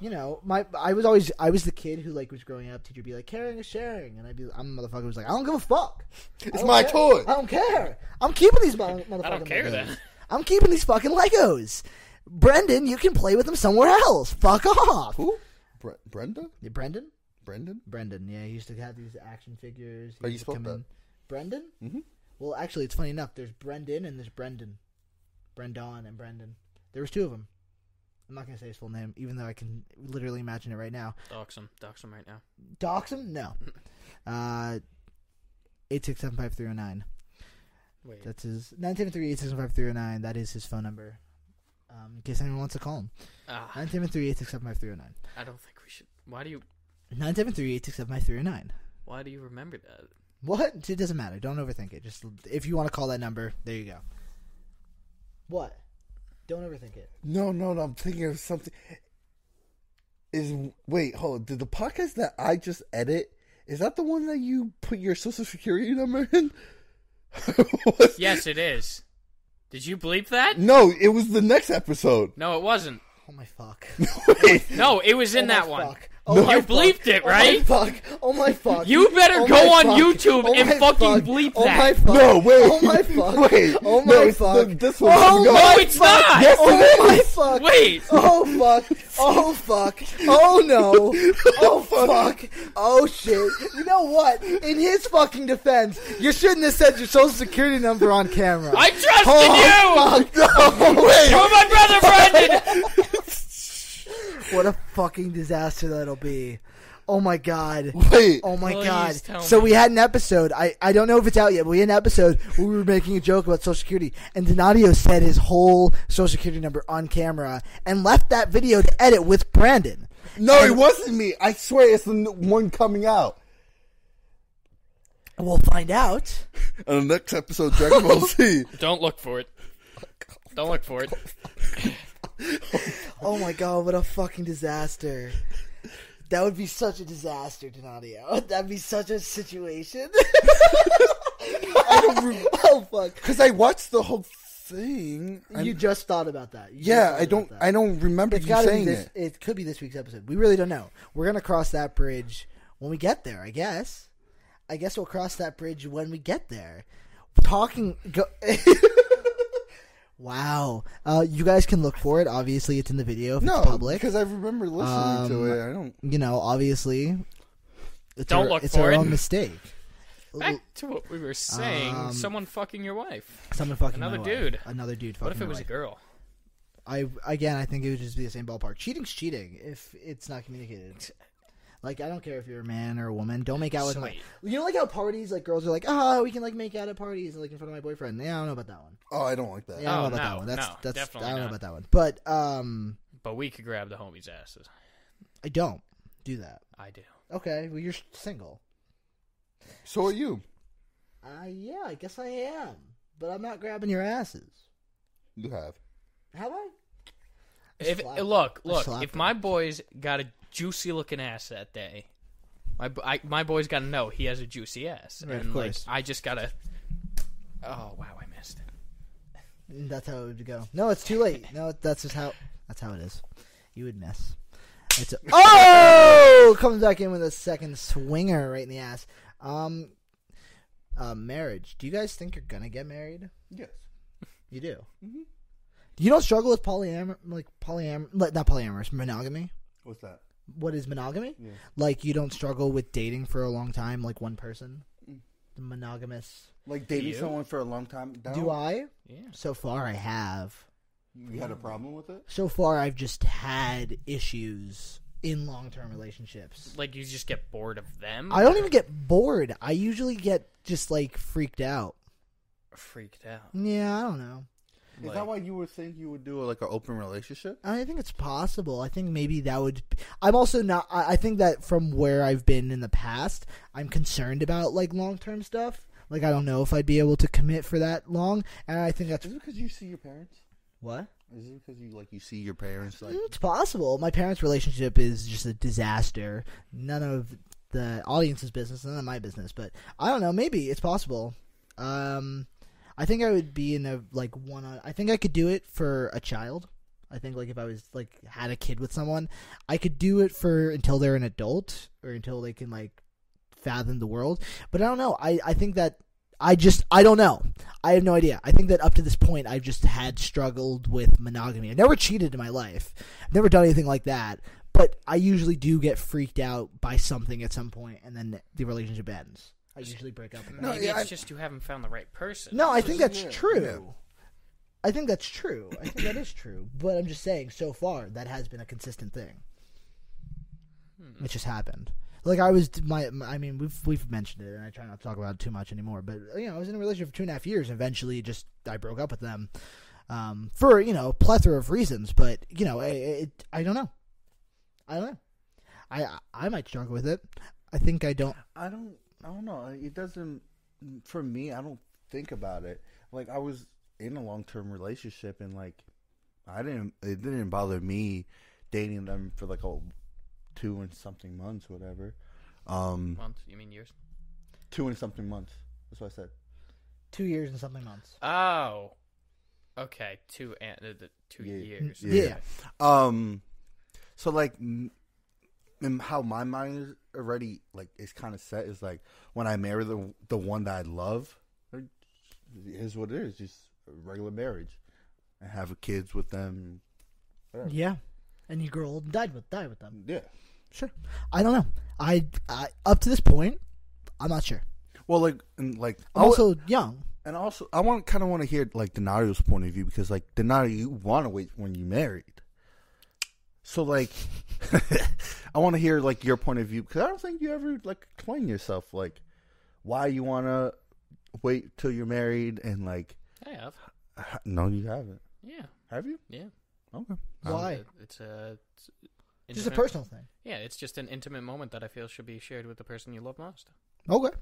[SPEAKER 1] You know, my I was always I was the kid who like was growing up. Teacher would be like, "Caring is sharing," and I'd be I'm a motherfucker who's like, "I don't give a fuck. I
[SPEAKER 2] <laughs> It's
[SPEAKER 1] don't
[SPEAKER 2] my
[SPEAKER 1] care.
[SPEAKER 2] toy.
[SPEAKER 1] I don't care. I'm keeping these mo- motherfucking.
[SPEAKER 3] I don't care
[SPEAKER 1] Legos.
[SPEAKER 3] then. <laughs>
[SPEAKER 1] I'm keeping these fucking Legos. Brendan, you can play with them somewhere else. Fuck off.
[SPEAKER 2] Who? Bre- Brenda?
[SPEAKER 1] Yeah, Brendan.
[SPEAKER 2] Brendan?
[SPEAKER 1] Brendan. Yeah, he used to have these action figures. He
[SPEAKER 2] Oh, you
[SPEAKER 1] used to
[SPEAKER 2] spoke
[SPEAKER 1] come
[SPEAKER 2] that.
[SPEAKER 1] in- Brendan?
[SPEAKER 2] Mhm.
[SPEAKER 1] Well, actually, it's funny enough. There's Brendan and there's Brendan. Brendan and Brendan. There was two of them. I'm not going to say his full name, even though I can literally imagine it right now.
[SPEAKER 3] Dox him. Dox him right now.
[SPEAKER 1] Dox him? <laughs> No. Uh, 8675309.
[SPEAKER 3] Wait.
[SPEAKER 1] That's his... 973-8675309. That is his phone number. Um, in case anyone wants to call him.
[SPEAKER 3] Ah,
[SPEAKER 1] 973-8675309.
[SPEAKER 3] I don't think we should. Why do you?
[SPEAKER 1] 973-8675309.
[SPEAKER 3] Why do you remember that?
[SPEAKER 1] What? It doesn't matter. Don't overthink it. Just if you want to call that number, there you go. What? Don't overthink it.
[SPEAKER 2] No, no, no. I'm thinking of something. Is wait, hold. On. Did the podcast that I just edit is that the one that you put your social security number in? <laughs> Was-
[SPEAKER 3] Yes, it is. Did you bleep that?
[SPEAKER 2] No, it was the next episode. <laughs>
[SPEAKER 3] No, it wasn't.
[SPEAKER 1] Oh my fuck. <laughs>
[SPEAKER 2] Wait.
[SPEAKER 3] No, it was in
[SPEAKER 1] Oh my
[SPEAKER 3] that one.
[SPEAKER 1] fuck. Oh my
[SPEAKER 3] You
[SPEAKER 1] fuck.
[SPEAKER 3] bleeped it,
[SPEAKER 1] Oh my
[SPEAKER 3] right?
[SPEAKER 1] fuck. Oh my fuck.
[SPEAKER 3] You better
[SPEAKER 1] Oh
[SPEAKER 3] go
[SPEAKER 1] my
[SPEAKER 3] on
[SPEAKER 1] fuck.
[SPEAKER 3] YouTube
[SPEAKER 1] Oh
[SPEAKER 3] and
[SPEAKER 1] my
[SPEAKER 3] fucking
[SPEAKER 1] fuck.
[SPEAKER 3] bleep
[SPEAKER 1] Oh my
[SPEAKER 3] that.
[SPEAKER 1] fuck.
[SPEAKER 2] No, wait.
[SPEAKER 1] Oh <laughs> my fuck.
[SPEAKER 2] Wait.
[SPEAKER 1] Oh
[SPEAKER 2] No,
[SPEAKER 1] my
[SPEAKER 2] it's
[SPEAKER 1] fuck.
[SPEAKER 2] the- this one.
[SPEAKER 1] Oh
[SPEAKER 2] No,
[SPEAKER 1] my
[SPEAKER 3] it's
[SPEAKER 1] fuck.
[SPEAKER 3] not.
[SPEAKER 2] Yes,
[SPEAKER 1] oh
[SPEAKER 2] it
[SPEAKER 1] my
[SPEAKER 2] is.
[SPEAKER 1] fuck.
[SPEAKER 3] <laughs> Wait.
[SPEAKER 1] Oh fuck! Oh fuck! Oh
[SPEAKER 2] <laughs>
[SPEAKER 1] no! Oh fuck! Oh shit! You know what? In his fucking defense, you shouldn't have said your social security number on camera.
[SPEAKER 3] <laughs> I trusted you.
[SPEAKER 1] oh, fuck!
[SPEAKER 2] <laughs>
[SPEAKER 1] No!
[SPEAKER 3] You were my brother,
[SPEAKER 1] <laughs>
[SPEAKER 3] Brandon.
[SPEAKER 1] What a fucking disaster that'll be! Oh my god!
[SPEAKER 2] Wait.
[SPEAKER 1] Oh my
[SPEAKER 3] Please
[SPEAKER 1] god!
[SPEAKER 3] tell
[SPEAKER 1] So
[SPEAKER 3] me.
[SPEAKER 1] we had an episode. I I don't know if it's out yet. But we had an episode where we were making a joke about social security, and Donadio said his whole social security number on camera and left that video to edit with Brandon.
[SPEAKER 2] No, it wasn't me. I swear, it's the n- one coming out.
[SPEAKER 1] We'll find out.
[SPEAKER 2] On the next episode, Dragon Ball <laughs> Z.
[SPEAKER 3] Don't look for it. Don't look for it.
[SPEAKER 1] Oh my god, what a fucking disaster. That would be such a disaster, Donadio. <laughs> That'd be such a situation. <laughs> oh fuck.
[SPEAKER 2] Because I watched the whole thing. I-
[SPEAKER 1] you just thought about that. You just
[SPEAKER 2] yeah,
[SPEAKER 1] thought
[SPEAKER 2] I
[SPEAKER 1] about
[SPEAKER 2] don't.
[SPEAKER 1] that.
[SPEAKER 2] I don't remember
[SPEAKER 1] It's
[SPEAKER 2] you
[SPEAKER 1] gotta be
[SPEAKER 2] saying
[SPEAKER 1] this
[SPEAKER 2] it.
[SPEAKER 1] it. could be this week's episode. We really don't know. We're gonna cross that bridge when we get there, I guess. I guess we'll cross that bridge when we get there. Talking go <laughs> Wow. Uh, you guys can look for it. Obviously, it's in the video. If
[SPEAKER 2] No,
[SPEAKER 1] it's public.
[SPEAKER 2] because I remember listening to
[SPEAKER 1] Um,
[SPEAKER 2] it. I don't.
[SPEAKER 1] you know, obviously, it's
[SPEAKER 3] Don't
[SPEAKER 1] our,
[SPEAKER 3] look
[SPEAKER 1] it's
[SPEAKER 3] for
[SPEAKER 1] our
[SPEAKER 3] it.
[SPEAKER 1] own mistake.
[SPEAKER 3] Back to what we were saying.
[SPEAKER 1] Um,
[SPEAKER 3] someone fucking your wife.
[SPEAKER 1] Someone fucking
[SPEAKER 3] Another
[SPEAKER 1] my wife.
[SPEAKER 3] dude.
[SPEAKER 1] Another dude. Fucking
[SPEAKER 3] What if
[SPEAKER 1] my
[SPEAKER 3] it was a
[SPEAKER 1] wife.
[SPEAKER 3] girl?
[SPEAKER 1] I again, I think it would just be the same ballpark. Cheating's cheating if it's not communicated. Like I don't care if you're a man or a woman. Don't make out with
[SPEAKER 3] So
[SPEAKER 1] my.
[SPEAKER 3] wait.
[SPEAKER 1] You know, like how parties, like girls are like, ah, we can like make out at parties, like in front of my boyfriend. Yeah, I don't know about that one.
[SPEAKER 2] Oh, I don't like that.
[SPEAKER 1] Yeah, I don't know
[SPEAKER 3] Oh,
[SPEAKER 1] about that
[SPEAKER 3] no,
[SPEAKER 1] one. That's
[SPEAKER 3] no,
[SPEAKER 1] that's
[SPEAKER 3] definitely
[SPEAKER 1] I don't know
[SPEAKER 3] not.
[SPEAKER 1] about that one. But um,
[SPEAKER 3] But we could grab the homies' asses.
[SPEAKER 1] I don't do that.
[SPEAKER 3] I do.
[SPEAKER 1] Okay, well you're single.
[SPEAKER 2] So are you?
[SPEAKER 1] Uh, yeah, I guess I am, but I'm not grabbing your asses.
[SPEAKER 2] You have.
[SPEAKER 1] Have I?
[SPEAKER 3] If
[SPEAKER 1] slapped
[SPEAKER 3] look,
[SPEAKER 1] her. I
[SPEAKER 3] look,
[SPEAKER 1] slapped
[SPEAKER 3] if
[SPEAKER 1] her.
[SPEAKER 3] my boys got a juicy looking ass that day, my bo- I, my boy's got to know he has a juicy ass,
[SPEAKER 1] Right, of
[SPEAKER 3] and like
[SPEAKER 1] course.
[SPEAKER 3] I just gotta. Oh wow, I missed.
[SPEAKER 1] That's how it would go. No, it's too late. No, that's just how that's how it is. You would miss. It's <laughs> a- oh, comes back in with a second swinger right in the ass. Um, uh, marriage. Do you guys think you're gonna get married?
[SPEAKER 2] Yes.
[SPEAKER 1] You do. You don't struggle with polyam like polyam, like, not polyamorous monogamy.
[SPEAKER 2] What's that?
[SPEAKER 1] What is monogamy? Like you don't struggle with dating for a long time, like one person. The monogamous.
[SPEAKER 2] Like dating
[SPEAKER 3] You?
[SPEAKER 2] someone for a long time? No.
[SPEAKER 1] Do I?
[SPEAKER 3] Yeah.
[SPEAKER 1] So far, I have.
[SPEAKER 2] You had a problem with it?
[SPEAKER 1] so far I've just had issues in long term relationships.
[SPEAKER 3] Like you just get bored of them.
[SPEAKER 1] I don't even get bored. I usually get just like freaked out.
[SPEAKER 3] freaked out.
[SPEAKER 1] Yeah, I don't know.
[SPEAKER 2] Is that why you were saying you would do like an open relationship?
[SPEAKER 1] I think it's possible. I think maybe that would. I'm also not. I I think that from where I've been in the past, I'm concerned about like long term stuff. Like I don't know if I'd be able to commit for that long, and I think that's
[SPEAKER 2] Is it because you see your parents?
[SPEAKER 1] what.
[SPEAKER 2] Is it because you like you see your parents like?
[SPEAKER 1] Mm, It's possible. My parents' relationship is just a disaster. None of the audience's business, none of my business. But I don't know. Maybe it's possible. Um, I think I would be in a like one. On, I think I could do it for a child. I think like if I was like had a kid with someone, I could do it for until they're an adult or until they can like fathom the world. But I don't know. I I think that I just I don't know. I have no idea. I think that up to this point I've just had struggled with monogamy. I've never cheated in my life. I've never done anything like that. But I usually do get freaked out by something at some point and then the relationship ends. I usually break up. with
[SPEAKER 3] Maybe
[SPEAKER 1] that.
[SPEAKER 2] yeah,
[SPEAKER 3] it's
[SPEAKER 2] I-
[SPEAKER 3] just you haven't found the right person.
[SPEAKER 1] No, I think that's
[SPEAKER 2] Yeah,
[SPEAKER 1] true.
[SPEAKER 2] yeah.
[SPEAKER 1] I think that's true. I think that is true. But I'm just saying, so far, that has been a consistent thing. It just happened. Like I was, my, my- I mean, we've we've mentioned it, and I try not to talk about it too much anymore. But you know, I was in a relationship for two and a half years. Eventually, just I broke up with them, um, for you know, a plethora of reasons. But you know, it, it, I don't know. I don't know. I I might struggle with it. I think I don't.
[SPEAKER 2] I don't. I don't know. It doesn't. For me, I don't think about it. Like I was in a long term relationship, and like I didn't. It didn't bother me dating them for like a two and something months, whatever. Um,
[SPEAKER 3] Month? You mean years?
[SPEAKER 2] two and something months. That's what I said.
[SPEAKER 1] Two years and something months.
[SPEAKER 3] Oh. Okay, two and uh, the two
[SPEAKER 2] Yeah.
[SPEAKER 3] years.
[SPEAKER 1] Yeah.
[SPEAKER 3] Okay.
[SPEAKER 2] Um, so like, m- m- how my mind is already like is kind of set is like when I marry the the one that I love, it is what it is, just a regular marriage, and have kids with them.
[SPEAKER 1] Yeah, and you grow old and died with died with them.
[SPEAKER 2] Yeah.
[SPEAKER 1] Sure. I don't know. I, I up to this point, I'm not sure.
[SPEAKER 2] Well, like, and like,
[SPEAKER 3] Oh,
[SPEAKER 1] I'm
[SPEAKER 2] also,
[SPEAKER 1] also young.
[SPEAKER 2] and also, I want kind of want to hear like Denario's point of view because like Denario, you want to wait when you married. So like, <laughs> I want to hear like your point of view because I don't think you ever like explain yourself like why you want to wait till you're married and like
[SPEAKER 3] I have.
[SPEAKER 2] h- no, you haven't.
[SPEAKER 3] Yeah,
[SPEAKER 2] Have you?
[SPEAKER 3] yeah. Um,
[SPEAKER 2] Okay.
[SPEAKER 1] Why?
[SPEAKER 3] It's a. It's
[SPEAKER 1] Just a
[SPEAKER 3] intimate-
[SPEAKER 1] personal thing.
[SPEAKER 3] Yeah, it's just an intimate moment that I feel should be shared with the person you love most.
[SPEAKER 1] Okay. All right.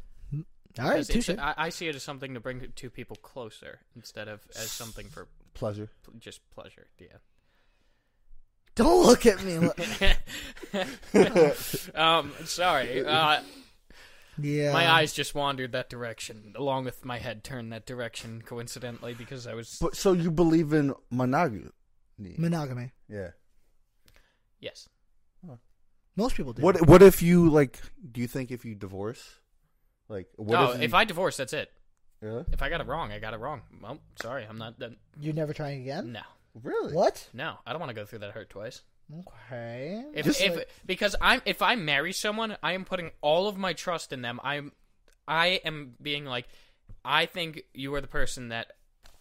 [SPEAKER 3] 'Cause it's-
[SPEAKER 1] Touche.
[SPEAKER 3] I, I see it as something to bring two people closer instead of as something for
[SPEAKER 2] Pleasure.
[SPEAKER 3] pl- just pleasure. Yeah.
[SPEAKER 1] Don't look at me.
[SPEAKER 3] <laughs>
[SPEAKER 1] Look-
[SPEAKER 3] um. Sorry. Uh,
[SPEAKER 1] yeah.
[SPEAKER 3] my eyes just wandered that direction, along with my head turned that direction coincidentally because I was.
[SPEAKER 2] But so you believe in monogamy?
[SPEAKER 1] Monogamy.
[SPEAKER 2] Yeah.
[SPEAKER 3] Yes.
[SPEAKER 1] Most people do.
[SPEAKER 2] What What if you like? Do you think if you divorce, like, what
[SPEAKER 3] oh,
[SPEAKER 2] if,
[SPEAKER 3] if,
[SPEAKER 2] you-
[SPEAKER 3] I divorce, that's it.
[SPEAKER 2] Yeah.
[SPEAKER 3] If I got it wrong, I got it wrong. Well, sorry, I'm not. That,
[SPEAKER 1] You're never trying again?
[SPEAKER 3] no,
[SPEAKER 2] Really?
[SPEAKER 1] What?
[SPEAKER 3] no, I don't want to go through that hurt twice.
[SPEAKER 1] Okay.
[SPEAKER 3] If,
[SPEAKER 2] Just
[SPEAKER 3] if
[SPEAKER 2] like-
[SPEAKER 3] because I'm if I marry someone, I am putting all of my trust in them. I'm I am being like, I think you are the person that.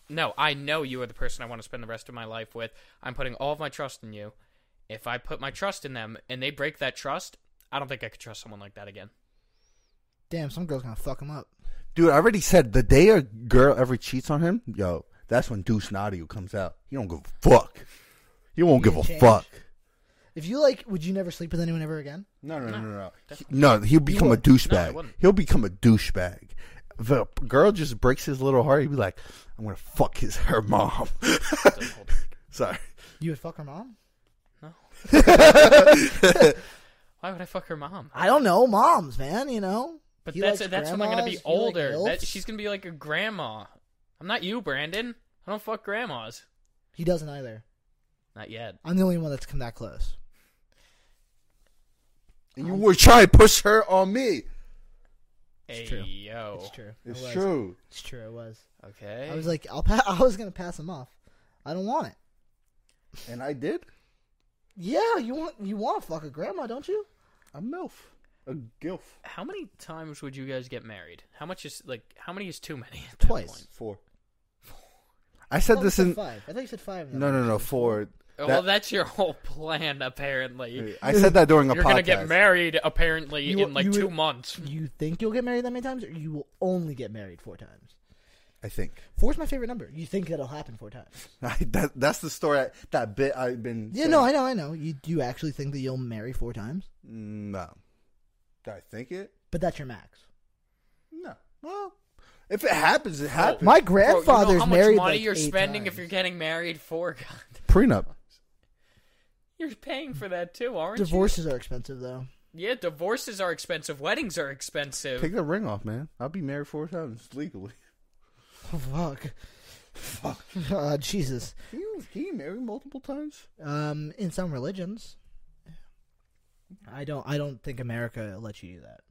[SPEAKER 3] No, I know you are the person I want to spend the rest of my life with. I'm putting all of my trust in you. If I put my trust in them and they break that trust, I don't think I could trust someone like that again.
[SPEAKER 1] Damn, some girl's gonna fuck him up.
[SPEAKER 2] Dude, I already said the day a girl ever cheats on him, yo, that's when Deuce Nadio comes out. He don't give a fuck. He won't give a
[SPEAKER 1] change.
[SPEAKER 2] fuck.
[SPEAKER 1] If you like, would you never sleep with anyone ever again?
[SPEAKER 2] No, no, no, no, no. He- No, he'll become a
[SPEAKER 1] won't.
[SPEAKER 2] douchebag.
[SPEAKER 3] wouldn't.
[SPEAKER 2] he'll become a douchebag. If a girl just breaks his little heart, he'd be like, "I'm gonna fuck his her mom." <laughs> Sorry. <laughs>
[SPEAKER 1] You would fuck her mom?
[SPEAKER 3] Why would I fuck her mom?
[SPEAKER 1] I don't know, moms, man. You know.
[SPEAKER 3] But
[SPEAKER 1] He
[SPEAKER 3] that's
[SPEAKER 1] likes
[SPEAKER 3] that's when I'm gonna be
[SPEAKER 1] grandmas, you like
[SPEAKER 3] older. that,
[SPEAKER 1] MILFs?
[SPEAKER 3] she's gonna be like a grandma. I'm not you, Brandon. I don't fuck grandmas.
[SPEAKER 1] He doesn't either.
[SPEAKER 3] Not yet.
[SPEAKER 1] I'm the only one that's come that close.
[SPEAKER 2] You were trying to push her on me.
[SPEAKER 3] Hey
[SPEAKER 1] It's true.
[SPEAKER 3] yo.
[SPEAKER 1] It's true. It
[SPEAKER 2] It's
[SPEAKER 1] was.
[SPEAKER 2] true.
[SPEAKER 1] It's true. It was.
[SPEAKER 3] Okay.
[SPEAKER 1] I was like, I'll. Pa- <laughs> I was gonna pass him off. I don't want it.
[SPEAKER 2] And I did.
[SPEAKER 1] Yeah, you want you want to fuck a grandma, don't you?
[SPEAKER 2] A milf. A gilf.
[SPEAKER 3] how many times would you guys get married? How much is like how many is too many? at that
[SPEAKER 1] Twice.
[SPEAKER 3] point?
[SPEAKER 2] Four. I said
[SPEAKER 1] Oh, you
[SPEAKER 2] this
[SPEAKER 1] said
[SPEAKER 2] in.
[SPEAKER 1] five. I thought you said five.
[SPEAKER 2] No, no, no. Four.
[SPEAKER 3] Oh,
[SPEAKER 2] That-
[SPEAKER 3] well, that's your whole plan, apparently.
[SPEAKER 2] I said that during a <laughs>
[SPEAKER 3] You're
[SPEAKER 2] podcast.
[SPEAKER 3] gonna get married apparently
[SPEAKER 1] You-
[SPEAKER 3] in like
[SPEAKER 1] you-
[SPEAKER 3] two months.
[SPEAKER 1] You think you'll get married that many times, or you will only get married four times?
[SPEAKER 2] I think <laughs>
[SPEAKER 1] Four's my favorite number. You think that'll happen four times?
[SPEAKER 2] I, that, that's the story. I, that bit I've been.
[SPEAKER 1] <laughs> Yeah, no, I know, I know. You do actually think that you'll marry four times,
[SPEAKER 2] saying. no. Did I think it?
[SPEAKER 1] but that's your max.
[SPEAKER 2] No. Well, if it happens, it happens.
[SPEAKER 1] My
[SPEAKER 3] Bro, you know
[SPEAKER 1] grandfather's
[SPEAKER 3] how much
[SPEAKER 1] married.
[SPEAKER 3] money
[SPEAKER 1] like
[SPEAKER 3] you're
[SPEAKER 1] eight
[SPEAKER 3] spending if
[SPEAKER 1] times.
[SPEAKER 3] you're getting married for God. <laughs>
[SPEAKER 2] prenup.
[SPEAKER 3] You're paying for that too, aren't you?
[SPEAKER 1] divorces are expensive though. <laughs>
[SPEAKER 3] Yeah, divorces are expensive. Weddings are expensive.
[SPEAKER 2] Take that ring off, man. I'll be married four times legally.
[SPEAKER 1] fuck. Fuck. <laughs> Uh, Jesus.
[SPEAKER 2] <laughs> Can you, can you marry multiple times?
[SPEAKER 1] Um, in some religions, I don't. I don't think America lets you do that.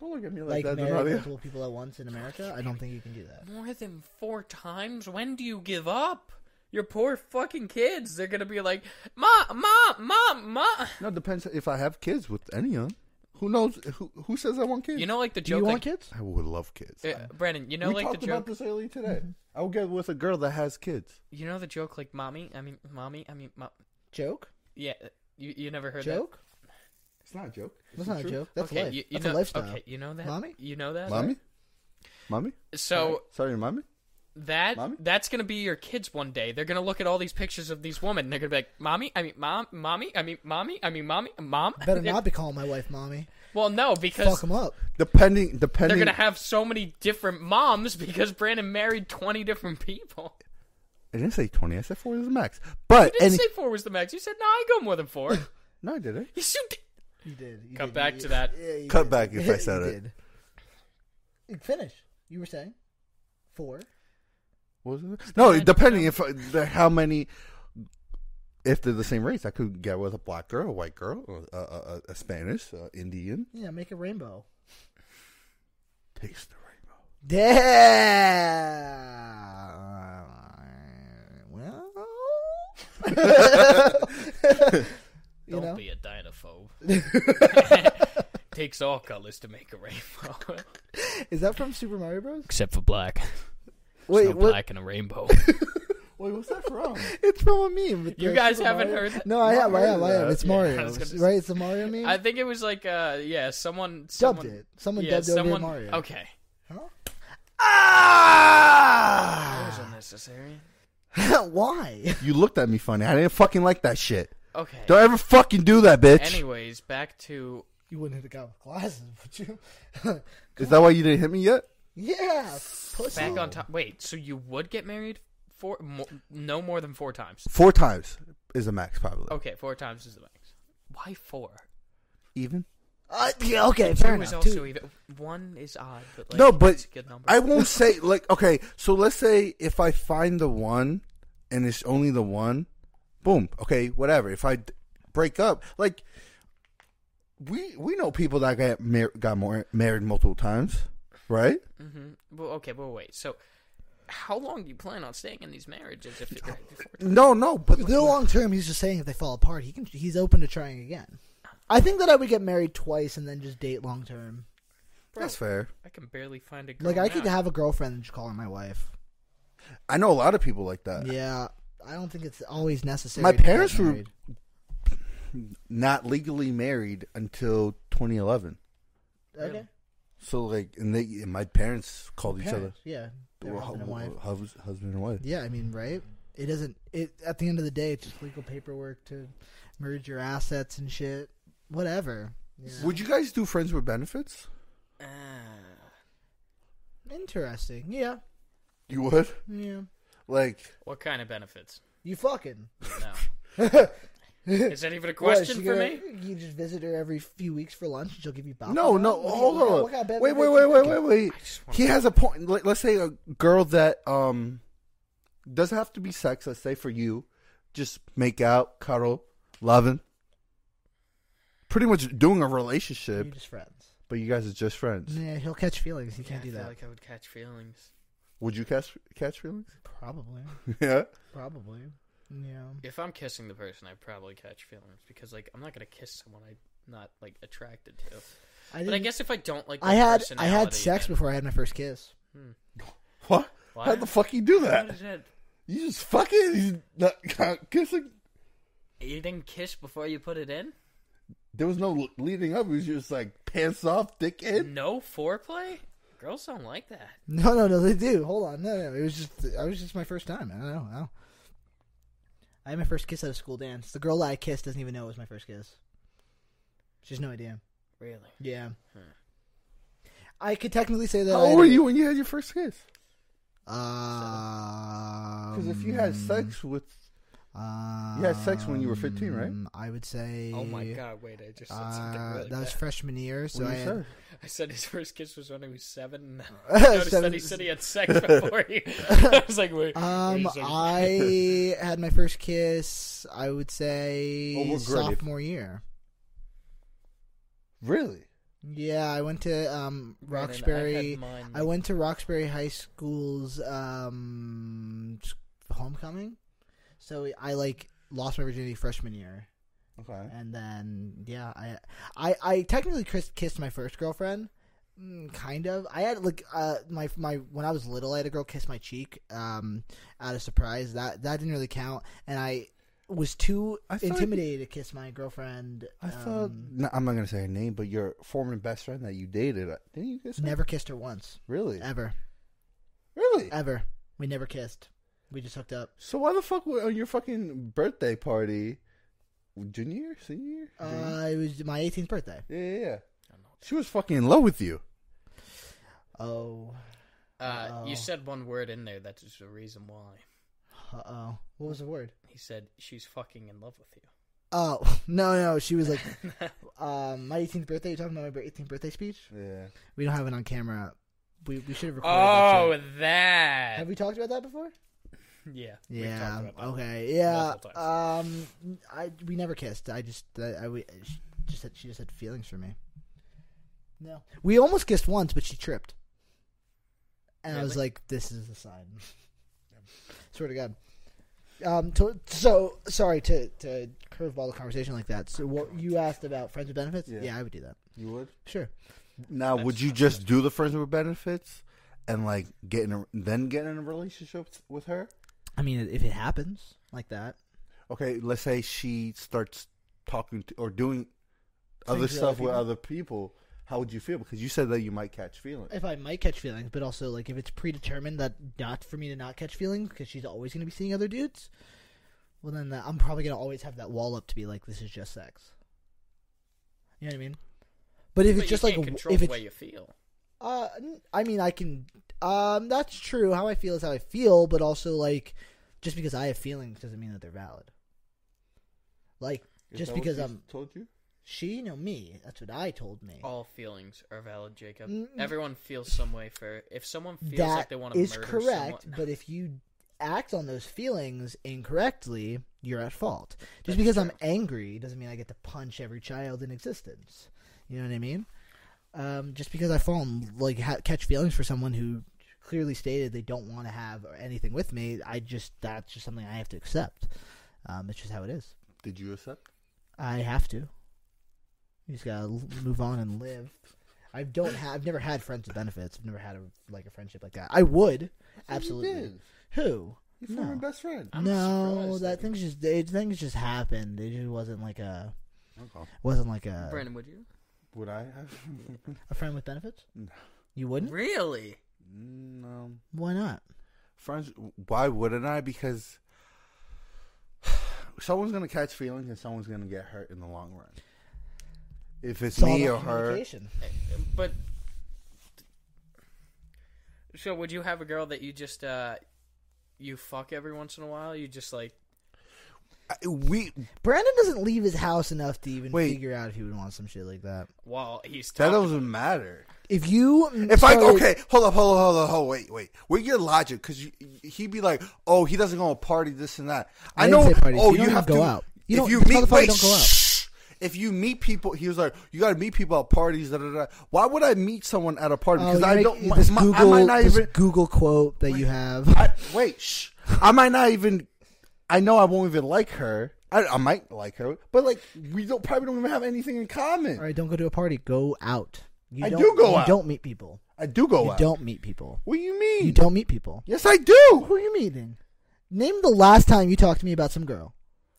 [SPEAKER 2] Don't look at me
[SPEAKER 1] Like,
[SPEAKER 2] like, that.
[SPEAKER 1] marry
[SPEAKER 2] Donadio.
[SPEAKER 1] multiple people at once in America, I don't think you can do that.
[SPEAKER 3] More than four times? When do you give up? Your poor fucking kids. They're gonna be like, Mom, Mom, Mom, Mom.
[SPEAKER 2] No, it depends if I have kids with any of them. Who knows? Who, who says I want Eh, kids?
[SPEAKER 3] You know, like the
[SPEAKER 1] Do
[SPEAKER 3] joke.
[SPEAKER 1] you want
[SPEAKER 3] like,
[SPEAKER 1] kids?
[SPEAKER 2] I would love kids.
[SPEAKER 3] Uh, Brandon, you know,
[SPEAKER 2] we
[SPEAKER 3] like
[SPEAKER 2] talked
[SPEAKER 3] the
[SPEAKER 2] about
[SPEAKER 3] joke.
[SPEAKER 2] this earlier today. I would Mm-hmm. get with a girl that has kids.
[SPEAKER 3] You know the joke, like, Mommy. I mean, Mommy. I mean, mom.
[SPEAKER 1] Joke?
[SPEAKER 3] Yeah, you you never heard
[SPEAKER 1] Joke?
[SPEAKER 2] It's not a joke.
[SPEAKER 1] That's not a joke.
[SPEAKER 3] that.
[SPEAKER 1] That's
[SPEAKER 3] okay,
[SPEAKER 1] life.
[SPEAKER 3] You, you
[SPEAKER 1] That's
[SPEAKER 3] know,
[SPEAKER 1] a lifestyle.
[SPEAKER 3] Okay, you know that,
[SPEAKER 1] Mommy?
[SPEAKER 3] You know that,
[SPEAKER 2] Mommy? Mommy?
[SPEAKER 3] So
[SPEAKER 2] Sorry, mommy?
[SPEAKER 3] that
[SPEAKER 2] Mommy?
[SPEAKER 3] that's gonna be your kids one day. They're gonna look at all these pictures of these women. and They're gonna be like, "Mommy, I mean, mom, mommy, I mean, mommy, I mean, mommy, mom." <laughs>
[SPEAKER 1] Better not be calling my wife mommy.
[SPEAKER 3] Well, no,
[SPEAKER 1] Fuck
[SPEAKER 3] because
[SPEAKER 1] them up.
[SPEAKER 2] Depending,
[SPEAKER 3] they're
[SPEAKER 2] depending.
[SPEAKER 3] gonna have so many different moms because Brandon married twenty different
[SPEAKER 1] <laughs>
[SPEAKER 3] people.
[SPEAKER 2] I didn't say 20, I said 4 is the max. But,
[SPEAKER 3] You didn't
[SPEAKER 2] and.
[SPEAKER 3] say four was the max. You said no, I go more than
[SPEAKER 1] <laughs>
[SPEAKER 3] four.
[SPEAKER 2] No, I didn't.
[SPEAKER 3] yes, you did.
[SPEAKER 1] You did. You
[SPEAKER 3] Come
[SPEAKER 1] did.
[SPEAKER 3] back
[SPEAKER 1] You-
[SPEAKER 3] to that.
[SPEAKER 1] Yeah, you
[SPEAKER 2] Cut
[SPEAKER 1] did.
[SPEAKER 2] back if
[SPEAKER 1] <laughs>
[SPEAKER 2] I
[SPEAKER 1] You
[SPEAKER 2] said it.
[SPEAKER 1] did. You Finish. You were saying four.
[SPEAKER 2] What Was it? No, depending if uh, the- how many. If they're the same race, I could get with a black girl, a white girl, a, a, a, a Spanish, a Indian.
[SPEAKER 1] Yeah, make a rainbow.
[SPEAKER 2] Taste the rainbow.
[SPEAKER 1] Yeah. Well, you
[SPEAKER 3] Don't
[SPEAKER 1] know,
[SPEAKER 3] be a dynaphobe.
[SPEAKER 1] <laughs>
[SPEAKER 3] <laughs> Takes all colors to make a rainbow, <laughs>
[SPEAKER 1] is that from Super Mario Bros?
[SPEAKER 3] except for black.
[SPEAKER 1] Wait,
[SPEAKER 3] no
[SPEAKER 1] what?
[SPEAKER 3] black and
[SPEAKER 1] <laughs>
[SPEAKER 3] a rainbow.
[SPEAKER 2] Wait, what's that <laughs> from?
[SPEAKER 1] It's from a meme. with
[SPEAKER 3] You
[SPEAKER 1] the
[SPEAKER 3] guys
[SPEAKER 1] Super
[SPEAKER 3] haven't
[SPEAKER 1] Mario-
[SPEAKER 3] heard that?
[SPEAKER 1] No, I have. I have. I have. It's
[SPEAKER 3] Yeah, I
[SPEAKER 1] Mario,
[SPEAKER 3] was gonna
[SPEAKER 1] right? It's a Mario meme.
[SPEAKER 3] I think it was like, uh, yeah, someone,
[SPEAKER 1] dubbed
[SPEAKER 3] someone
[SPEAKER 1] it. Someone
[SPEAKER 3] yeah,
[SPEAKER 1] dubbed
[SPEAKER 3] someone,
[SPEAKER 1] over Mario.
[SPEAKER 3] Okay,
[SPEAKER 1] Huh?
[SPEAKER 3] that was unnecessary.
[SPEAKER 1] Ah! <laughs> Why?
[SPEAKER 2] You looked at me funny. I didn't fucking like that shit.
[SPEAKER 3] Okay.
[SPEAKER 2] Don't ever fucking do that, bitch.
[SPEAKER 3] Anyways, back to
[SPEAKER 1] You wouldn't hit the guy with glasses, would you? <laughs>
[SPEAKER 2] Is that why you didn't hit me yet?
[SPEAKER 1] yeah, pussy.
[SPEAKER 3] back on top. Wait, so you would get married four, mo- no more than four times?
[SPEAKER 2] Four times is the max, probably.
[SPEAKER 3] Okay, four times is the max. Why four?
[SPEAKER 2] Even?
[SPEAKER 1] Uh, yeah, okay, fair
[SPEAKER 3] Two is
[SPEAKER 1] enough.
[SPEAKER 3] also
[SPEAKER 1] Two-
[SPEAKER 3] even. One is odd, but like,
[SPEAKER 2] no, but
[SPEAKER 3] it's a good number.
[SPEAKER 2] I won't say like okay. So let's say if I find the one and it's only the one, boom. Okay, whatever. If I d- break up, like we we know people that got mar- got more, married multiple times. right?
[SPEAKER 3] Well, okay, but wait. So, how long do you plan on staying in these marriages? If it,
[SPEAKER 2] No, no, but
[SPEAKER 1] The long term, he's just saying if they fall apart, he can. He's open to trying again. I think that I would get married twice and then just date long term.
[SPEAKER 2] that's fair.
[SPEAKER 3] I can barely find a girl.
[SPEAKER 1] Like I could
[SPEAKER 3] now.
[SPEAKER 1] have a girlfriend and just call her my wife.
[SPEAKER 2] I know a lot of people like that.
[SPEAKER 1] Yeah, I don't think it's always necessary.
[SPEAKER 2] Uh, My
[SPEAKER 1] to get
[SPEAKER 2] parents were-
[SPEAKER 1] married.
[SPEAKER 2] Not legally married until 2011.
[SPEAKER 1] okay.
[SPEAKER 2] So like, and they and my parents called each
[SPEAKER 1] Parents, yeah,
[SPEAKER 2] other
[SPEAKER 1] they're
[SPEAKER 2] well,
[SPEAKER 1] husband and wife.
[SPEAKER 2] hus- husband and wife.
[SPEAKER 1] Yeah, I mean, right? It doesn't. It at the end of the day, it's just legal paperwork to merge your assets and shit. Whatever. Yeah.
[SPEAKER 2] Would you guys do friends with benefits?
[SPEAKER 3] Ah.
[SPEAKER 1] Interesting. Yeah.
[SPEAKER 2] You would
[SPEAKER 1] Yeah.
[SPEAKER 2] like
[SPEAKER 3] what kind of benefits?
[SPEAKER 1] You fucking. <laughs>
[SPEAKER 3] No. Is that even a question
[SPEAKER 1] What,
[SPEAKER 3] for
[SPEAKER 1] you
[SPEAKER 3] me?
[SPEAKER 1] gonna- You just visit her every few weeks for lunch, and she'll give you baklava.
[SPEAKER 2] no, no.
[SPEAKER 1] What do you-
[SPEAKER 2] Hold
[SPEAKER 1] what-
[SPEAKER 2] on.
[SPEAKER 1] what kind of
[SPEAKER 2] wait, wait,
[SPEAKER 1] benefits
[SPEAKER 2] wait,
[SPEAKER 1] you
[SPEAKER 2] wait,
[SPEAKER 1] fucking-
[SPEAKER 2] wait, wait.
[SPEAKER 3] just wanna-
[SPEAKER 2] He has a point. Let- Let's say a girl that um doesn't have to be sex. Let's say for you, just make out, cuddle, loving. Pretty much doing a relationship,
[SPEAKER 1] You're just friends.
[SPEAKER 2] but you guys are just friends.
[SPEAKER 1] Yeah, he'll catch feelings. He can't
[SPEAKER 3] Yeah,
[SPEAKER 1] do
[SPEAKER 3] I feel
[SPEAKER 1] that.
[SPEAKER 3] like I would catch feelings.
[SPEAKER 2] Would you catch catch feelings? <laughs>
[SPEAKER 1] Probably.
[SPEAKER 2] yeah.
[SPEAKER 1] Probably. Yeah.
[SPEAKER 3] If I'm kissing the person, I'd probably catch feelings because, like, I'm not gonna kiss someone I'm not like attracted to. But I
[SPEAKER 1] didn't-
[SPEAKER 3] guess if I don't like,
[SPEAKER 1] I
[SPEAKER 3] their
[SPEAKER 1] had I had
[SPEAKER 3] personality,
[SPEAKER 1] sex
[SPEAKER 3] then-
[SPEAKER 1] before I had my first kiss. <laughs>
[SPEAKER 2] What?
[SPEAKER 3] Why?
[SPEAKER 2] How the fuck you do
[SPEAKER 3] How
[SPEAKER 2] that?
[SPEAKER 1] <laughs>
[SPEAKER 3] does that?
[SPEAKER 2] You just fucking you not kissing.
[SPEAKER 3] You didn't kiss before you put it in?
[SPEAKER 2] There was no leading up. It was just like pants off, dick in.
[SPEAKER 3] No foreplay? Girls don't like that.
[SPEAKER 1] No, no, no, they do. Hold on, no, no, it was just I was just my first time. I don't know. I, don't- I had my first kiss at a school dance. The girl that I kissed doesn't even know it was my first kiss. She has no idea.
[SPEAKER 3] Really?
[SPEAKER 1] Yeah. I could technically say that.
[SPEAKER 2] How
[SPEAKER 1] I
[SPEAKER 2] old were
[SPEAKER 1] had-
[SPEAKER 2] you when you had your first kiss?
[SPEAKER 1] Um,
[SPEAKER 2] Because if you had sex with, you had sex when you were 15, right?
[SPEAKER 1] um, I would say.
[SPEAKER 3] Oh my god, wait, I just said something
[SPEAKER 1] uh,
[SPEAKER 3] really
[SPEAKER 1] that was
[SPEAKER 3] bad. <laughs>
[SPEAKER 1] freshman year, so
[SPEAKER 2] What
[SPEAKER 1] I
[SPEAKER 2] do you
[SPEAKER 1] had, <laughs>
[SPEAKER 2] say?
[SPEAKER 3] I said his first kiss was when he was seven. And then I noticed that
[SPEAKER 1] Seven-
[SPEAKER 3] he said he
[SPEAKER 1] <laughs>
[SPEAKER 3] had sex before he. <laughs> I was like, wait. wait a
[SPEAKER 1] um,
[SPEAKER 3] second. <laughs>
[SPEAKER 1] I had my first kiss. I would say
[SPEAKER 2] Oh, we're great.
[SPEAKER 1] sophomore year.
[SPEAKER 2] Really?
[SPEAKER 1] Yeah, I went to um,
[SPEAKER 3] Brandon, I had
[SPEAKER 1] Roxbury.
[SPEAKER 3] mine-
[SPEAKER 1] I, went to Roxbury High School's um, homecoming, so I like lost my virginity freshman year,
[SPEAKER 2] Okay.
[SPEAKER 1] and then yeah, I I, I technically kissed, kissed my first girlfriend, mm, kind of. I had like uh, my my when I was little, I had a girl kiss my cheek um, out of surprise. That that didn't really count, and I was too
[SPEAKER 2] I thought-
[SPEAKER 1] intimidated to kiss my girlfriend.
[SPEAKER 2] I thought
[SPEAKER 1] um,
[SPEAKER 2] no, I'm not gonna say her name, but your former best friend that you dated, uh, didn't you kiss her?
[SPEAKER 1] never kissed her once
[SPEAKER 2] Really?
[SPEAKER 1] ever.
[SPEAKER 2] Really?
[SPEAKER 1] Ever. We never kissed. We just hooked up.
[SPEAKER 2] So why the fuck were on your fucking birthday party, junior, year? senior? year? Junior year?
[SPEAKER 1] Uh, it was my 18th birthday.
[SPEAKER 2] yeah, yeah, yeah. She was fucking in love with you.
[SPEAKER 1] Oh.
[SPEAKER 3] Uh,
[SPEAKER 1] Oh.
[SPEAKER 3] You said one word in there. That's just the reason why.
[SPEAKER 1] Uh oh. What was the word?
[SPEAKER 3] He said she's fucking in love with you.
[SPEAKER 1] Oh, <laughs> no, no. She was like,
[SPEAKER 3] <laughs>
[SPEAKER 1] um, my 18th birthday. You're talking about my 18th birthday speech?
[SPEAKER 2] Yeah.
[SPEAKER 1] We don't have it on camera. We, we should have recorded that.
[SPEAKER 3] Oh,
[SPEAKER 1] shit.
[SPEAKER 3] that.
[SPEAKER 1] Have we talked about that before?
[SPEAKER 3] yeah. we've
[SPEAKER 1] Yeah. oh,
[SPEAKER 3] talked about that.
[SPEAKER 1] Okay. Yeah.
[SPEAKER 3] multiple
[SPEAKER 1] Um, I we never kissed. I just I, I we, she just had, she just had feelings for me. No, we almost kissed once, but she tripped, and I was
[SPEAKER 3] Really?
[SPEAKER 1] like, "This is the sign." Swear to God. Um. To, so sorry to to curveball the conversation like that. So what you asked about friends with benefits?
[SPEAKER 2] Yeah.
[SPEAKER 1] Yeah, I would do that.
[SPEAKER 2] You would.
[SPEAKER 1] Sure.
[SPEAKER 2] Now, would you just do the friends with benefits and like get in a, then get in a relationship with her?
[SPEAKER 1] I mean, if it happens like that,
[SPEAKER 2] Okay, let's say she starts talking to, or doing other
[SPEAKER 1] with other
[SPEAKER 2] stuff with
[SPEAKER 1] people?
[SPEAKER 2] other people. How would you feel? Because you said that you might catch feelings.
[SPEAKER 1] if I might catch feelings, but also like if it's predetermined that not for me to not catch feelings because she's always going to be seeing other dudes, well then that, I'm probably going to always have that wall up to be like this is just sex. You know what I mean? But if
[SPEAKER 3] But
[SPEAKER 1] it's just
[SPEAKER 3] you
[SPEAKER 1] like
[SPEAKER 3] can't
[SPEAKER 1] w-
[SPEAKER 3] control
[SPEAKER 1] if
[SPEAKER 3] the way
[SPEAKER 1] it's
[SPEAKER 3] you feel.
[SPEAKER 1] uh, n- I mean I can um that's true. How I feel is how I feel, but also like just because I have feelings doesn't mean that they're valid. Like
[SPEAKER 2] Is
[SPEAKER 1] just
[SPEAKER 2] that what
[SPEAKER 1] because
[SPEAKER 2] she
[SPEAKER 1] I'm
[SPEAKER 2] told you.
[SPEAKER 1] she, no me. That's what I told
[SPEAKER 2] Oh,
[SPEAKER 1] me.
[SPEAKER 3] All feelings are valid, Jacob.
[SPEAKER 1] Mm.
[SPEAKER 3] Everyone feels some way for if someone feels
[SPEAKER 1] That is
[SPEAKER 3] like they want to murder
[SPEAKER 1] correct. <laughs>
[SPEAKER 3] someone.
[SPEAKER 1] But if you act on those feelings incorrectly, you're at fault. Just because I'm angry doesn't mean I get to punch every child in existence. You know what I mean? Um, just because I fall and like ha- catch feelings for someone who clearly stated they don't want to have anything with me, I just that's just something I have to accept. Um, it's just how it is.
[SPEAKER 2] Did you accept?
[SPEAKER 1] I have to. You just gotta l- move on and live. I don't have. I've never had friends with benefits. I've never had a, like a friendship like that. I would absolutely.
[SPEAKER 2] You did.
[SPEAKER 1] Who?
[SPEAKER 2] You found
[SPEAKER 1] No.
[SPEAKER 2] my best friend.
[SPEAKER 3] I'm
[SPEAKER 1] no,
[SPEAKER 3] surprised
[SPEAKER 1] that
[SPEAKER 3] that you-
[SPEAKER 1] thing's just. It, things just happened. It just wasn't like a.
[SPEAKER 2] Okay.
[SPEAKER 1] Wasn't like a
[SPEAKER 3] Brandon, would you?
[SPEAKER 2] Would I have?
[SPEAKER 1] a friend with benefits.
[SPEAKER 2] No.
[SPEAKER 1] You wouldn't.
[SPEAKER 3] Really?
[SPEAKER 2] <laughs> no.
[SPEAKER 1] Why not?
[SPEAKER 2] Friends, why wouldn't I? Because <sighs> someone's gonna catch feelings and someone's gonna get hurt in the long run. If it's
[SPEAKER 1] It's all
[SPEAKER 2] me or
[SPEAKER 1] about
[SPEAKER 2] her,
[SPEAKER 1] communication.
[SPEAKER 3] But so, would you have a girl that you just uh, you fuck every once in a while? You just like
[SPEAKER 2] I- we
[SPEAKER 1] Brandon doesn't leave his house enough to even
[SPEAKER 2] Wait.
[SPEAKER 1] figure out if he would want some shit like that.
[SPEAKER 3] while he's
[SPEAKER 2] that
[SPEAKER 3] talking.
[SPEAKER 2] doesn't matter.
[SPEAKER 1] If you,
[SPEAKER 2] If I
[SPEAKER 1] started-
[SPEAKER 2] okay, hold up, hold up, hold up, hold wait, wait. With your logic, because he'd be like, "Oh, he doesn't go to party, this and that." I,
[SPEAKER 1] I didn't
[SPEAKER 2] know.
[SPEAKER 1] say parties.
[SPEAKER 2] Oh,
[SPEAKER 1] You don't
[SPEAKER 2] have
[SPEAKER 1] go
[SPEAKER 2] to,
[SPEAKER 1] out. You
[SPEAKER 2] if
[SPEAKER 1] don't-
[SPEAKER 2] you
[SPEAKER 1] this
[SPEAKER 2] meet,
[SPEAKER 1] motherfucker
[SPEAKER 2] wait,
[SPEAKER 1] don't go out.
[SPEAKER 2] shh. If you meet people, he was like, "You got to meet people at parties." Da, da, da. Why would I meet someone at a party?
[SPEAKER 1] Oh,
[SPEAKER 2] Because
[SPEAKER 1] you
[SPEAKER 2] I
[SPEAKER 1] make
[SPEAKER 2] don't. My,
[SPEAKER 1] this
[SPEAKER 2] my-
[SPEAKER 1] Google,
[SPEAKER 2] I might not
[SPEAKER 1] this
[SPEAKER 2] even.
[SPEAKER 1] Google quote that you have.
[SPEAKER 2] I, wait, shh. I might not even. I know I won't even like her. I, I might like her, but like we don't probably don't even have anything in
[SPEAKER 1] <laughs>
[SPEAKER 2] common.
[SPEAKER 1] All right, don't go to a party. Go out. You
[SPEAKER 2] I
[SPEAKER 1] don't,
[SPEAKER 2] do go
[SPEAKER 1] you
[SPEAKER 2] out.
[SPEAKER 1] Don't meet people.
[SPEAKER 2] I do go
[SPEAKER 1] you
[SPEAKER 2] out.
[SPEAKER 1] don't meet people.
[SPEAKER 2] What do you mean?
[SPEAKER 1] You don't meet people.
[SPEAKER 2] Yes, I do.
[SPEAKER 1] Who are you meeting? Name the last time you talked to me about some girl.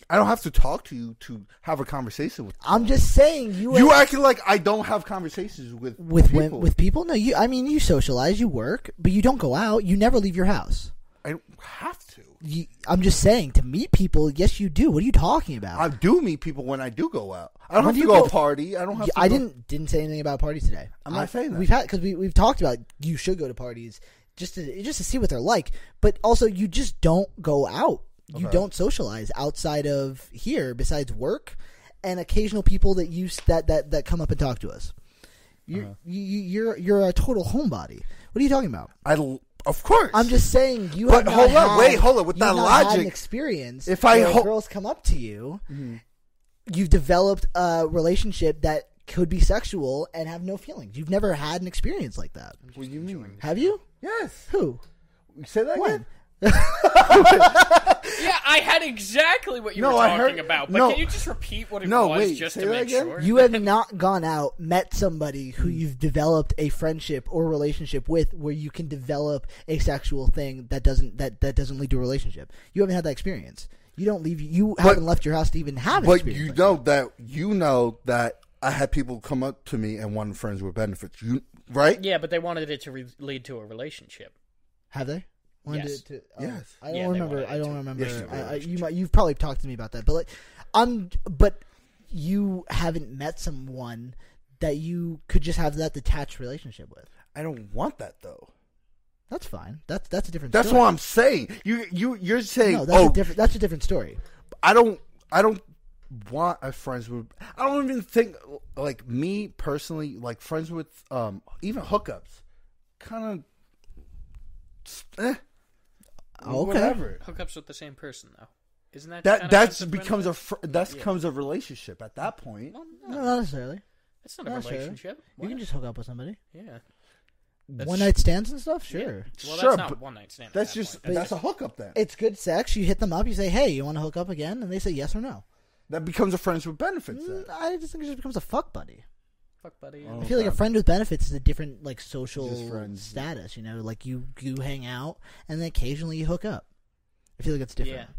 [SPEAKER 2] I don't have to talk to you to have a conversation with
[SPEAKER 1] I'm just saying you.
[SPEAKER 2] you.
[SPEAKER 1] ain't-
[SPEAKER 2] Acting like I don't have conversations with
[SPEAKER 1] with
[SPEAKER 2] people.
[SPEAKER 1] people. with people. No, you. I mean, you socialize, you work, but you don't go out. You never leave your house.
[SPEAKER 2] I don't have to.
[SPEAKER 1] You, I'm just saying to meet people. Yes, you do. What are you talking about?
[SPEAKER 2] I do meet people when I do go out. I don't
[SPEAKER 1] When
[SPEAKER 2] have
[SPEAKER 1] do
[SPEAKER 2] to
[SPEAKER 1] you
[SPEAKER 2] go,
[SPEAKER 1] go-
[SPEAKER 2] to a party. I don't have.
[SPEAKER 1] Yeah,
[SPEAKER 2] to
[SPEAKER 1] I
[SPEAKER 2] go-
[SPEAKER 1] didn't didn't say anything about parties today.
[SPEAKER 2] I'm not
[SPEAKER 1] I-
[SPEAKER 2] saying that.
[SPEAKER 1] we've had because we we've talked about you should go to parties just to just to see what they're like, but also you just don't go out. You don't socialize outside of here besides work and occasional people that you s- that that that come up and talk to us. You're
[SPEAKER 2] Uh-huh.
[SPEAKER 1] you, you- you're you're a total homebody. What are you talking about?
[SPEAKER 2] I l- of course.
[SPEAKER 1] I'm just saying you. have
[SPEAKER 2] But
[SPEAKER 1] not
[SPEAKER 2] hold up,
[SPEAKER 1] had-
[SPEAKER 2] wait, hold up, with
[SPEAKER 1] you have
[SPEAKER 2] that
[SPEAKER 1] not had an
[SPEAKER 2] logic,
[SPEAKER 1] experience.
[SPEAKER 2] if I
[SPEAKER 1] where
[SPEAKER 2] ho- Mm-hmm.
[SPEAKER 1] girls come up to you, you've developed a relationship that could be sexual and have no feelings. You've never had an experience like that,
[SPEAKER 2] What do you mean?
[SPEAKER 1] have you?
[SPEAKER 2] Yes.
[SPEAKER 1] Who?
[SPEAKER 2] Say that
[SPEAKER 1] When?
[SPEAKER 2] again.
[SPEAKER 3] Yeah, I had exactly what you
[SPEAKER 2] No,
[SPEAKER 3] were
[SPEAKER 2] I
[SPEAKER 3] talking
[SPEAKER 2] heard-
[SPEAKER 3] about. But
[SPEAKER 2] no.
[SPEAKER 3] can you just repeat what it
[SPEAKER 2] No,
[SPEAKER 3] was
[SPEAKER 2] wait,
[SPEAKER 3] just
[SPEAKER 2] say
[SPEAKER 3] to
[SPEAKER 2] that
[SPEAKER 3] make
[SPEAKER 2] again?
[SPEAKER 3] sure?
[SPEAKER 2] <laughs>
[SPEAKER 1] You have not gone out, met somebody who
[SPEAKER 2] Mm.
[SPEAKER 1] you've developed a friendship or relationship with, where you can develop a sexual thing that doesn't that that doesn't lead to a relationship. You haven't had that experience. You don't leave. You haven't left your house to even have. An
[SPEAKER 2] But
[SPEAKER 1] experience
[SPEAKER 2] you
[SPEAKER 1] like
[SPEAKER 2] know that you know that I had people come up to me and wanted friends with benefits. You right?
[SPEAKER 3] yeah, but they wanted it to re- lead to a relationship.
[SPEAKER 1] Have they? Wanted
[SPEAKER 3] Yes.
[SPEAKER 1] To, oh,
[SPEAKER 2] Yes.
[SPEAKER 1] I don't
[SPEAKER 3] Yeah, they
[SPEAKER 1] remember.
[SPEAKER 3] wanted
[SPEAKER 1] I don't
[SPEAKER 3] to.
[SPEAKER 1] remember.
[SPEAKER 2] Yes, they
[SPEAKER 1] I, I,
[SPEAKER 2] wanted
[SPEAKER 1] you might, you've probably talked to me about that, but like, I'm. But you haven't met someone that you could just have that detached relationship with.
[SPEAKER 2] I don't want that though.
[SPEAKER 1] That's fine. That's that's a different.
[SPEAKER 2] That's
[SPEAKER 1] story.
[SPEAKER 2] what I'm saying. You you you're saying
[SPEAKER 1] No, that's
[SPEAKER 2] oh
[SPEAKER 1] a different. That's a different story.
[SPEAKER 2] I don't I don't want a friends with I don't even think like me personally like friends with um even hookups kind of eh,
[SPEAKER 1] Okay.
[SPEAKER 2] whatever
[SPEAKER 3] Hookups with the same person though, isn't that
[SPEAKER 2] that
[SPEAKER 3] kinda
[SPEAKER 2] that's
[SPEAKER 3] concept
[SPEAKER 2] becomes a
[SPEAKER 3] benefit?
[SPEAKER 2] fr- that's becomes a relationship at that point
[SPEAKER 3] Well,
[SPEAKER 1] No,
[SPEAKER 3] no,
[SPEAKER 1] not necessarily.
[SPEAKER 3] that's not a
[SPEAKER 1] not sure.
[SPEAKER 3] relationship.
[SPEAKER 1] You can
[SPEAKER 3] What?
[SPEAKER 1] just hook up with somebody.
[SPEAKER 3] yeah.
[SPEAKER 1] One night stands and stuff. Sure.
[SPEAKER 3] Well,
[SPEAKER 2] Sure,
[SPEAKER 3] that's not
[SPEAKER 2] but
[SPEAKER 3] one night stand. at
[SPEAKER 2] that's
[SPEAKER 3] that
[SPEAKER 2] just
[SPEAKER 3] point.
[SPEAKER 2] that's a hookup then
[SPEAKER 1] It's good sex. You hit them up. You say, "Hey, you want to hook up again?" And they say yes or no.
[SPEAKER 2] that becomes a friends with benefits then.
[SPEAKER 1] Mm, I just think it just becomes a fuck buddy.
[SPEAKER 3] fuck buddy.
[SPEAKER 2] Oh.
[SPEAKER 1] I feel like a
[SPEAKER 2] Okay.
[SPEAKER 1] friend with benefits is a different like
[SPEAKER 2] Just
[SPEAKER 1] social
[SPEAKER 2] friends.
[SPEAKER 1] status. You know, like you you hang out and then occasionally you hook up. I feel like it's different.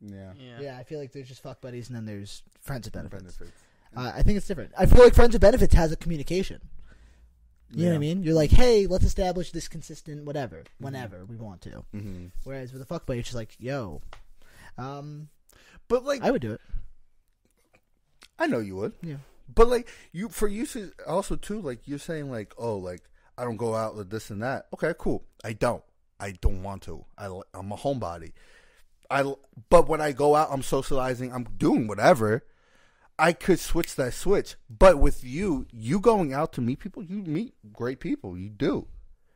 [SPEAKER 2] yeah
[SPEAKER 3] Yeah.
[SPEAKER 1] Yeah, I feel like there's just fuck buddies and then there's friends with benefits.
[SPEAKER 2] benefits
[SPEAKER 1] Uh, I think it's different. I feel like friends with benefits has a communication. You know what I
[SPEAKER 2] Yeah.
[SPEAKER 1] mean? You're like, hey, let's establish this consistent whatever, whenever we want to.
[SPEAKER 2] Mhm.
[SPEAKER 1] Whereas with a fuck buddy, it's just like, yo, um,
[SPEAKER 2] but like
[SPEAKER 1] I would do it.
[SPEAKER 2] I know you would
[SPEAKER 1] Yeah.
[SPEAKER 2] But like you, for you to also too, like you're saying, like oh, like I don't go out with this and that. Okay, cool. I don't. I don't want to. I, am a homebody. I but when I go out, I'm socializing. I'm doing whatever. I could switch that switch, but with you, you going out to meet people, you meet great people. You do,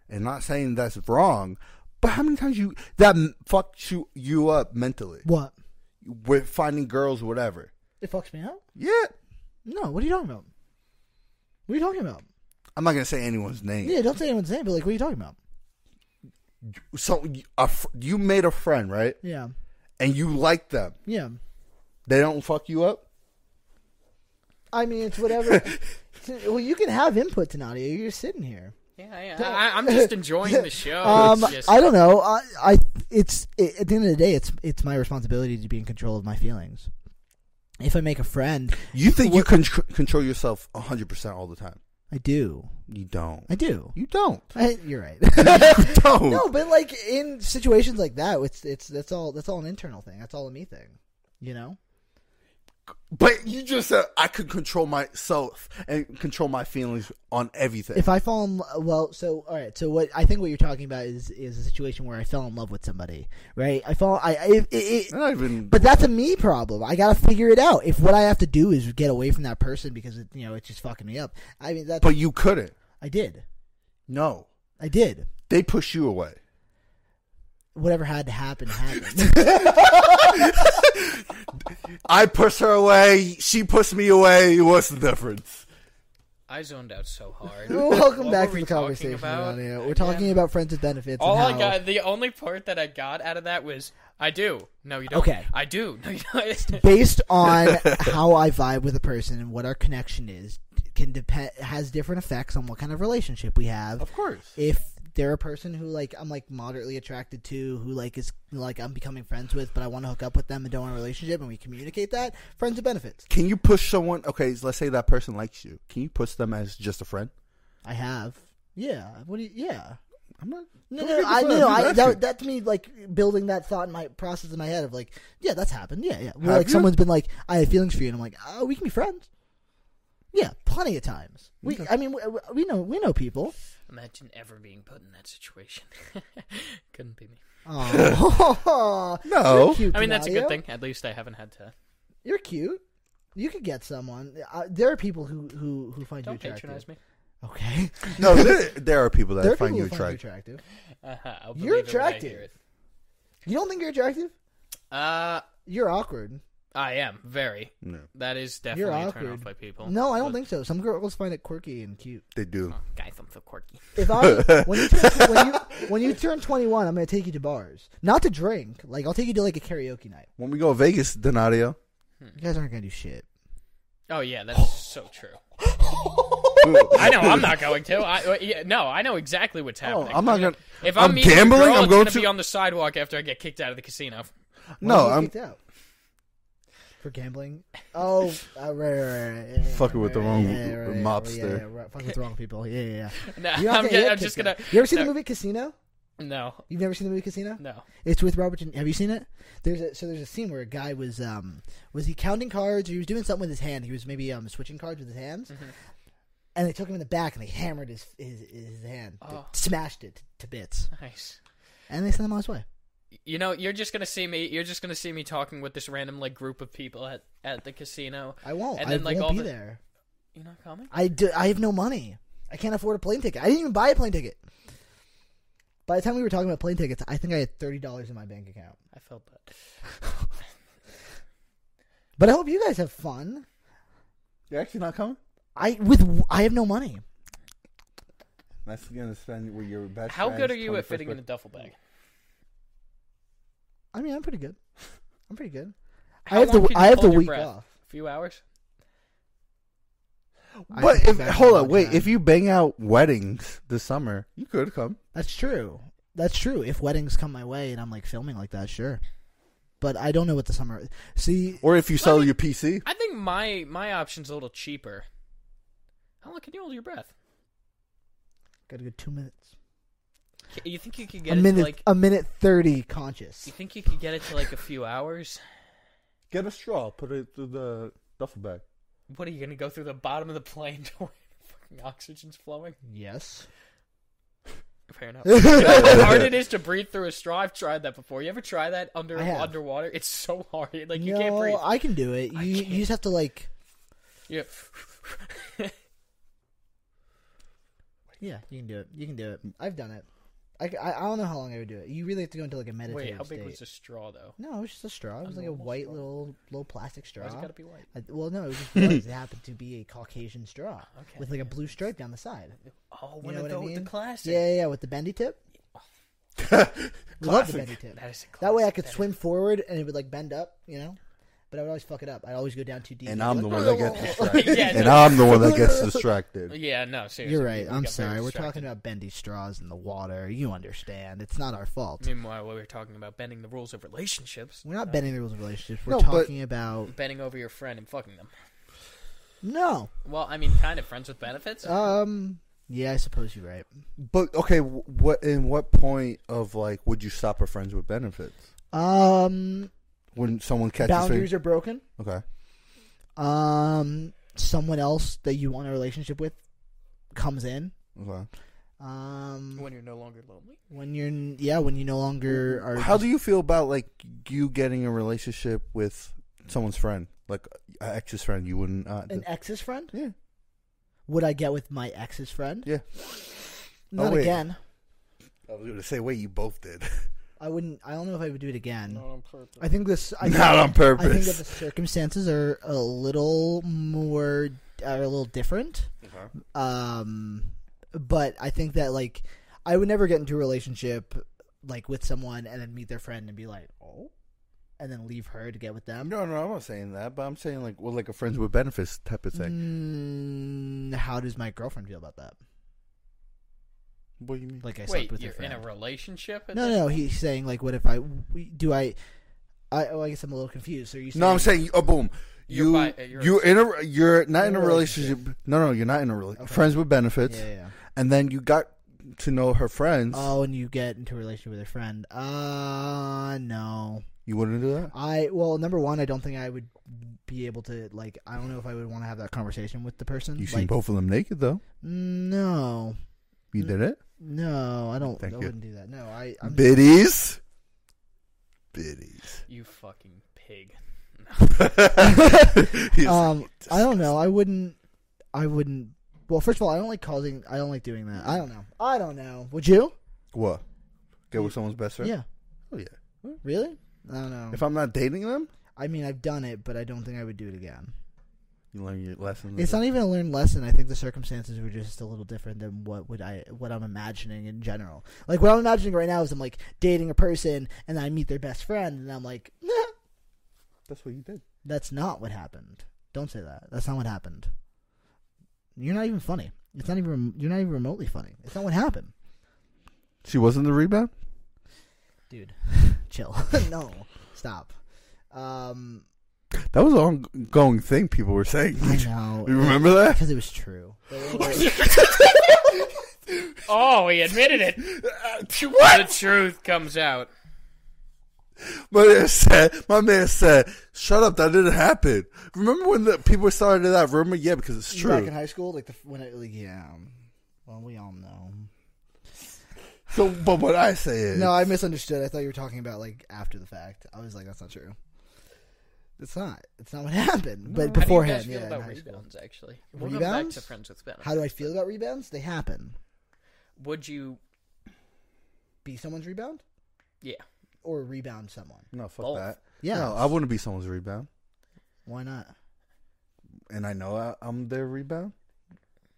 [SPEAKER 2] and not saying that's wrong. But how many times you that m- fucks you you up mentally
[SPEAKER 1] What?
[SPEAKER 2] with finding girls, whatever?
[SPEAKER 1] It fucks me up?
[SPEAKER 2] Yeah,
[SPEAKER 1] No. What are you talking about? What are you talking about?
[SPEAKER 2] I'm not gonna say anyone's name.
[SPEAKER 1] Yeah, don't say anyone's name, but like, what are you talking about?
[SPEAKER 2] So y- a fr- you made a friend, right?
[SPEAKER 1] Yeah,
[SPEAKER 2] And you like them.
[SPEAKER 1] yeah.
[SPEAKER 2] They don't fuck you up.
[SPEAKER 1] I mean, it's <laughs> whatever. well, you can have input to Nadia. You're sitting here.
[SPEAKER 3] Yeah, yeah. I, I'm just enjoying the show.
[SPEAKER 1] <laughs> Um,
[SPEAKER 3] Oh, It's just-
[SPEAKER 1] I don't know. I, I, it's it, at the end of the day, it's it's my responsibility to be in control of my feelings. If I make a friend,
[SPEAKER 2] You think you can tr- control yourself 100 percent all the time?
[SPEAKER 1] I do.
[SPEAKER 2] You don't.
[SPEAKER 1] I do.
[SPEAKER 2] You <laughs> don't.
[SPEAKER 1] I, you're right. <laughs>
[SPEAKER 2] don't.
[SPEAKER 1] no, but like in situations like that, it's it's that's all that's all an internal thing. That's all a me thing. You know.
[SPEAKER 2] But you just said I could control myself and control my feelings on everything.
[SPEAKER 1] If I fall in lo- well, so all right. So what I think what you're talking about is is a situation where I fell in love with somebody, right? I fall. I. I it, it,
[SPEAKER 2] not even.
[SPEAKER 1] but that's a me problem. I gotta figure it out. If what I have to do is get away from that person because it, you know it's just fucking me up. I mean, that's
[SPEAKER 2] But you couldn't.
[SPEAKER 1] I did.
[SPEAKER 2] No,
[SPEAKER 1] I did.
[SPEAKER 2] they push you away.
[SPEAKER 1] Whatever had to happen happened.
[SPEAKER 3] <laughs>
[SPEAKER 1] <laughs>
[SPEAKER 2] I push her away. She pushed me away. What's the difference?
[SPEAKER 3] I zoned out so hard.
[SPEAKER 1] Welcome
[SPEAKER 3] What
[SPEAKER 1] back to
[SPEAKER 3] were we
[SPEAKER 1] the
[SPEAKER 3] talking
[SPEAKER 1] conversation.
[SPEAKER 3] about?
[SPEAKER 1] Melania. We're talking about friends with benefits.
[SPEAKER 3] All
[SPEAKER 1] and
[SPEAKER 3] I
[SPEAKER 1] how-
[SPEAKER 3] got, the only part that I got out of that was, I do. No, you don't.
[SPEAKER 1] Okay.
[SPEAKER 3] I do. <laughs> No, you don't.
[SPEAKER 1] based
[SPEAKER 3] <laughs>
[SPEAKER 1] on how I vibe with a person and what our connection is can depend has different effects on what kind of relationship we have.
[SPEAKER 2] Of course.
[SPEAKER 1] If they're a person who like I'm like moderately attracted to, who like is like I'm becoming friends with, but I want to hook up with them and don't want a relationship, and we communicate that friends with benefits.
[SPEAKER 2] Can you push someone? Okay, so let's say that person likes you. Can you push them as just a friend?
[SPEAKER 1] I have, yeah. What do you? Yeah.
[SPEAKER 2] I'm not.
[SPEAKER 1] No,
[SPEAKER 2] don't
[SPEAKER 1] no,
[SPEAKER 2] give a
[SPEAKER 1] I
[SPEAKER 2] fuck.
[SPEAKER 1] no, no,
[SPEAKER 2] I'm
[SPEAKER 1] I,
[SPEAKER 2] asking.
[SPEAKER 1] that, that to me like building that thought in my process in my head of like, yeah, that's happened. Yeah, yeah. Where
[SPEAKER 2] Have
[SPEAKER 1] like
[SPEAKER 2] you?
[SPEAKER 1] someone's been like, I have feelings for you, and I'm like, oh, we can be friends. Yeah, plenty of times. We, I mean, we, we know we know people.
[SPEAKER 3] Imagine ever being put in that situation. <laughs> Couldn't be me.
[SPEAKER 1] Oh, <laughs>
[SPEAKER 2] No.
[SPEAKER 1] you're cute,
[SPEAKER 3] I mean, that's a good
[SPEAKER 1] Donadio.
[SPEAKER 3] thing. At least I haven't had to.
[SPEAKER 1] You're cute. You could get someone. Uh, there are people who who who find
[SPEAKER 3] Don't
[SPEAKER 1] you attractive.
[SPEAKER 3] patronize me. <laughs>
[SPEAKER 2] <laughs>
[SPEAKER 1] Okay,
[SPEAKER 2] No, there, there are people that
[SPEAKER 1] there are
[SPEAKER 2] find
[SPEAKER 1] people
[SPEAKER 2] you
[SPEAKER 1] who find you
[SPEAKER 2] attractive.
[SPEAKER 1] attractive.
[SPEAKER 3] Uh-huh, I'll
[SPEAKER 1] You're
[SPEAKER 3] believe it when I hear
[SPEAKER 1] attractive. You don't think you're attractive?
[SPEAKER 3] it. Uh,
[SPEAKER 1] You're awkward.
[SPEAKER 3] I am very.
[SPEAKER 2] No,
[SPEAKER 3] That is
[SPEAKER 1] You're
[SPEAKER 3] definitely a turn off
[SPEAKER 1] awkward.
[SPEAKER 3] by people.
[SPEAKER 1] No, I don't
[SPEAKER 3] But-
[SPEAKER 1] think so. Some girls find it quirky and cute.
[SPEAKER 2] they do.
[SPEAKER 3] Oh, guys, I'm so quirky.
[SPEAKER 1] If I when you turn, when you
[SPEAKER 2] <laughs>
[SPEAKER 1] when you turn twenty one, I'm gonna take you to bars, not to drink. Like I'll take you to like a karaoke night.
[SPEAKER 2] When we go to Vegas, Donadio,
[SPEAKER 3] Mm.
[SPEAKER 1] You guys aren't gonna do <laughs> shit.
[SPEAKER 3] Oh yeah, that's so true. I know I'm not going to. I uh, yeah, no, I know exactly
[SPEAKER 1] Oh,
[SPEAKER 3] what's happening.
[SPEAKER 2] I'm not gonna.
[SPEAKER 3] If
[SPEAKER 2] I'm
[SPEAKER 3] I'm, meeting a
[SPEAKER 2] gambling,
[SPEAKER 3] girl,
[SPEAKER 2] I'm
[SPEAKER 3] it's
[SPEAKER 2] going
[SPEAKER 3] gonna
[SPEAKER 2] to-
[SPEAKER 3] be on the sidewalk after I get kicked out of the casino. <laughs>
[SPEAKER 1] Why
[SPEAKER 2] No,
[SPEAKER 1] did you
[SPEAKER 2] I'm-
[SPEAKER 1] kicked out for gambling. Oh, uh, right, right, right, right, yeah, yeah,
[SPEAKER 2] Fucking with the
[SPEAKER 1] right,
[SPEAKER 2] wrong
[SPEAKER 1] yeah, right, yeah,
[SPEAKER 2] mobster.
[SPEAKER 1] Yeah, yeah, right, fucking with the wrong people. Yeah, yeah.
[SPEAKER 3] No,
[SPEAKER 1] yeah. You're not
[SPEAKER 3] I'm,
[SPEAKER 1] gonna
[SPEAKER 3] get-
[SPEAKER 1] get
[SPEAKER 3] I'm just
[SPEAKER 1] kicked
[SPEAKER 3] gonna.
[SPEAKER 1] out. You ever seen
[SPEAKER 3] no,
[SPEAKER 1] the movie Casino?
[SPEAKER 3] No,
[SPEAKER 1] You've never seen the movie Casino?
[SPEAKER 3] no.
[SPEAKER 1] It's with Robert. De- Have you seen it? There's a, so there's a scene where a guy was um was he counting cards or he was doing something with his hand. He was maybe um switching cards with his hands,
[SPEAKER 3] Mm-hmm.
[SPEAKER 1] and they took him in the back and they hammered his his, his hand, They
[SPEAKER 3] Oh.
[SPEAKER 1] smashed it to bits,
[SPEAKER 3] Nice.
[SPEAKER 1] and they sent him on his way.
[SPEAKER 3] You know, you're just gonna see me. You're just gonna see me talking with this random like group of people at at the casino.
[SPEAKER 1] I won't.
[SPEAKER 3] And then
[SPEAKER 1] I
[SPEAKER 3] like
[SPEAKER 1] won't
[SPEAKER 3] all
[SPEAKER 1] be
[SPEAKER 3] the,
[SPEAKER 1] there.
[SPEAKER 3] You're not coming.
[SPEAKER 1] I do, I have no money. I can't afford a plane ticket. I didn't even buy a plane ticket. By the time we were talking about plane tickets, I think I had thirty dollars in my bank account.
[SPEAKER 3] I felt that.
[SPEAKER 1] But I hope you guys have fun.
[SPEAKER 2] You're actually not coming.
[SPEAKER 1] I with I have no money.
[SPEAKER 2] That's gonna spend with your best.
[SPEAKER 3] How good
[SPEAKER 2] friend's
[SPEAKER 3] are you at
[SPEAKER 2] 21st
[SPEAKER 3] fitting in a
[SPEAKER 2] birthday.
[SPEAKER 3] duffel bag?
[SPEAKER 1] I mean, I'm pretty good. I'm pretty good.
[SPEAKER 3] How
[SPEAKER 1] I have
[SPEAKER 3] long
[SPEAKER 1] the
[SPEAKER 3] can you
[SPEAKER 1] I have the
[SPEAKER 3] hold your
[SPEAKER 1] week
[SPEAKER 3] breath?
[SPEAKER 1] off.
[SPEAKER 3] A few hours.
[SPEAKER 1] I
[SPEAKER 2] But
[SPEAKER 1] think
[SPEAKER 2] if,
[SPEAKER 1] back
[SPEAKER 2] hold
[SPEAKER 1] all
[SPEAKER 2] on,
[SPEAKER 1] the
[SPEAKER 2] wait.
[SPEAKER 1] time.
[SPEAKER 2] If you bang out weddings this summer, you could come.
[SPEAKER 1] that's true, that's true. If weddings come my way and I'm like filming like that, sure. But I don't know what the summer. See,
[SPEAKER 2] Or if you sell
[SPEAKER 3] Let me-
[SPEAKER 2] your PC,
[SPEAKER 3] I think my my option's a little cheaper. How long can you hold your breath?
[SPEAKER 1] got a good two minutes.
[SPEAKER 3] C- You think you could
[SPEAKER 1] A
[SPEAKER 3] get it to
[SPEAKER 1] minute,
[SPEAKER 3] like?
[SPEAKER 1] a minute thirty conscious.
[SPEAKER 3] You think you could get it to like a few hours?
[SPEAKER 2] get a straw, put it through the duffel
[SPEAKER 3] <laughs>
[SPEAKER 2] bag.
[SPEAKER 3] What are you gonna go through the bottom of the plane to where <laughs> fucking oxygen's flowing?
[SPEAKER 1] Yes.
[SPEAKER 3] Fair
[SPEAKER 1] <laughs>
[SPEAKER 3] enough. you know how hard it is to breathe through a straw. I've tried that before. You ever try that under
[SPEAKER 1] I have.
[SPEAKER 3] underwater? It's so hard. Like you
[SPEAKER 1] no,
[SPEAKER 3] can't breathe.
[SPEAKER 1] I can do it. You,
[SPEAKER 3] I can't.
[SPEAKER 1] you just have to like.
[SPEAKER 3] Yeah.
[SPEAKER 1] Yeah, you can do it. You can do it. I've done it. I, I, I don't know how long I would do it. You really have to go into like a meditative
[SPEAKER 3] <laughs> Wait, how big
[SPEAKER 1] state.
[SPEAKER 3] was the straw though?
[SPEAKER 1] No, it was just a straw. It was like a
[SPEAKER 3] normal
[SPEAKER 1] white
[SPEAKER 3] straw.
[SPEAKER 1] little little plastic straw.
[SPEAKER 3] Why's it gotta be white?
[SPEAKER 1] I- Uh, well, no, it <laughs> was just was. it happened to be a Caucasian straw
[SPEAKER 3] Okay,
[SPEAKER 1] with like a blue stripe down Oh, the side.
[SPEAKER 3] Oh,
[SPEAKER 1] You
[SPEAKER 3] one
[SPEAKER 1] know
[SPEAKER 3] of
[SPEAKER 1] what I
[SPEAKER 3] those
[SPEAKER 1] mean?
[SPEAKER 3] the classic.
[SPEAKER 1] Yeah, yeah, yeah, with the bendy <laughs> tip. Love the bendy tip.
[SPEAKER 3] That is a classic.
[SPEAKER 1] That way I could swim forward and it would like bend up, you know. But I would always fuck it up. I'd always go down too deep.
[SPEAKER 2] And
[SPEAKER 1] I'd
[SPEAKER 2] I'm
[SPEAKER 1] be
[SPEAKER 2] the
[SPEAKER 1] like, "Oh,
[SPEAKER 2] one that
[SPEAKER 3] <laughs>
[SPEAKER 2] gets distracted.
[SPEAKER 3] Yeah,
[SPEAKER 2] And
[SPEAKER 3] no.
[SPEAKER 2] I'm the one that gets distracted.
[SPEAKER 3] Yeah, no, seriously.
[SPEAKER 1] You're right.
[SPEAKER 3] we
[SPEAKER 1] I'm
[SPEAKER 3] got very
[SPEAKER 1] sorry. We're
[SPEAKER 3] distracted.
[SPEAKER 1] talking about bendy straws in the water. You understand? It's not our fault.
[SPEAKER 3] Meanwhile, we were talking about bending the rules of relationships, uh,
[SPEAKER 1] We're not bending the rules of relationships. We're
[SPEAKER 2] No, but-
[SPEAKER 1] talking about
[SPEAKER 3] bending over your friend and fucking them.
[SPEAKER 1] no.
[SPEAKER 3] Well, I mean, kind of friends with benefits.
[SPEAKER 1] Um. Yeah, I suppose you're right.
[SPEAKER 2] But okay, wh- what in what point of like would you stop a friends with benefits
[SPEAKER 1] Um.
[SPEAKER 2] when someone catches
[SPEAKER 1] Boundaries are broken.
[SPEAKER 2] you? Okay,
[SPEAKER 1] Um. Someone else that you want a relationship with comes in.
[SPEAKER 2] okay.
[SPEAKER 1] Um.
[SPEAKER 3] when you're no longer lonely.
[SPEAKER 1] When you're yeah, when you no longer are.
[SPEAKER 2] How do you feel about like you getting a relationship with someone's friend, like an ex's friend? You wouldn't. Uh,
[SPEAKER 1] an ex's friend?
[SPEAKER 2] yeah.
[SPEAKER 1] Would I get with my ex's friend?
[SPEAKER 2] Yeah. Oh,
[SPEAKER 1] Not
[SPEAKER 2] wait.
[SPEAKER 1] again.
[SPEAKER 2] I was gonna say, wait, you both did.
[SPEAKER 1] I wouldn't. I don't know if I would do it again.
[SPEAKER 3] on purpose.
[SPEAKER 1] I think this. I
[SPEAKER 2] <laughs> Not on purpose.
[SPEAKER 1] I think that the circumstances are a little more are a little different. Um, but I think that like I would never get into a relationship like with someone and then meet their friend and be like, oh, and then leave her to get with them.
[SPEAKER 2] No, no, I'm not saying that, but I'm saying like, well, like a friends with benefits type of thing.
[SPEAKER 1] Mm, how does my girlfriend feel about that?
[SPEAKER 2] What do you mean?
[SPEAKER 1] Mm. Like I slept
[SPEAKER 3] Wait,
[SPEAKER 1] with
[SPEAKER 3] you're
[SPEAKER 1] your friend.
[SPEAKER 3] in a relationship? at
[SPEAKER 1] no,
[SPEAKER 3] this-
[SPEAKER 1] no, he's saying like, what if I we- do I? I oh, I guess I'm a little confused. So you?
[SPEAKER 2] no, I'm saying, oh, boom.
[SPEAKER 3] You're
[SPEAKER 2] You,
[SPEAKER 3] bi- uh, you're-
[SPEAKER 2] you're in a, you're not in a relationship. No, no, you're not in a relationship.
[SPEAKER 1] Okay.
[SPEAKER 2] Friends with benefits,
[SPEAKER 1] Yeah, yeah, yeah.
[SPEAKER 2] and then you got to know her friends.
[SPEAKER 1] Oh, and you get into a relationship with a friend. Uh no.
[SPEAKER 2] you wouldn't do that.
[SPEAKER 1] I well, number one, I don't think I would be able to like. I don't know if I would want to have that conversation with the person.
[SPEAKER 2] You seen
[SPEAKER 1] like,
[SPEAKER 2] both of them naked though.
[SPEAKER 1] No,
[SPEAKER 2] You did it,
[SPEAKER 1] no, I don't.
[SPEAKER 2] Thank
[SPEAKER 1] I
[SPEAKER 2] you.
[SPEAKER 1] wouldn't do that. No, I. I'm,
[SPEAKER 2] biddies. Biddies.
[SPEAKER 3] You fucking pig.
[SPEAKER 2] <laughs> He's-
[SPEAKER 1] um, I don't know. I wouldn't. I wouldn't. Well, first of all, I don't like causing. I don't like doing that. I don't know. I don't know. Would you?
[SPEAKER 2] what? Get with someone's best friend?
[SPEAKER 1] Yeah.
[SPEAKER 2] Oh yeah.
[SPEAKER 1] Really? I don't know.
[SPEAKER 2] If I'm not dating them,
[SPEAKER 1] I mean, I've done it, but I don't think I would do it again.
[SPEAKER 2] you learn your lesson.
[SPEAKER 1] It's not even a learned lesson. I think the circumstances were just a little different than what would I what I'm imagining in general. Like what I'm imagining right now is I'm like dating a person and I meet their best friend and I'm like, nah,
[SPEAKER 2] That's what you did.
[SPEAKER 1] that's not what happened. Don't say that. That's not what happened. You're not even funny. It's not even you're not even remotely funny. It's not what happened,
[SPEAKER 2] She wasn't the rebound.
[SPEAKER 1] dude. Chill. <laughs> no, stop. Um,
[SPEAKER 2] That was an ongoing thing people
[SPEAKER 1] <laughs>
[SPEAKER 2] were saying.
[SPEAKER 1] I know
[SPEAKER 2] You remember that? <laughs>
[SPEAKER 1] because it was true.
[SPEAKER 3] Oh, he admitted
[SPEAKER 1] <laughs>
[SPEAKER 3] it.
[SPEAKER 2] what?
[SPEAKER 1] Uh,
[SPEAKER 3] The truth comes out.
[SPEAKER 2] My man said, my man said, shut up, that didn't happen. Remember when the people started that rumor? Yeah, because it's
[SPEAKER 1] Back in
[SPEAKER 2] true.
[SPEAKER 1] high school, like the when I, like yeah. Well, we all know.
[SPEAKER 2] So, but what I say is,
[SPEAKER 1] No, I misunderstood. I thought you were talking about like after the fact. I was like, that's not true. It's not. It's not what <laughs> happened. But beforehand,
[SPEAKER 3] How do you
[SPEAKER 1] yeah.
[SPEAKER 3] guys feel
[SPEAKER 1] in
[SPEAKER 3] about
[SPEAKER 1] high school.
[SPEAKER 3] rebounds? Actually, we'll come back
[SPEAKER 1] Rebounds?
[SPEAKER 3] to friends with benefits.
[SPEAKER 1] How do I feel about rebounds? They happen.
[SPEAKER 3] Would you?
[SPEAKER 1] Be someone's rebound
[SPEAKER 3] Yeah.
[SPEAKER 1] or rebound someone.
[SPEAKER 2] no, fuck
[SPEAKER 3] Both.
[SPEAKER 2] that.
[SPEAKER 1] Yeah.
[SPEAKER 2] No, I wouldn't be someone's rebound.
[SPEAKER 1] Why not?
[SPEAKER 2] And I know I, I'm their rebound.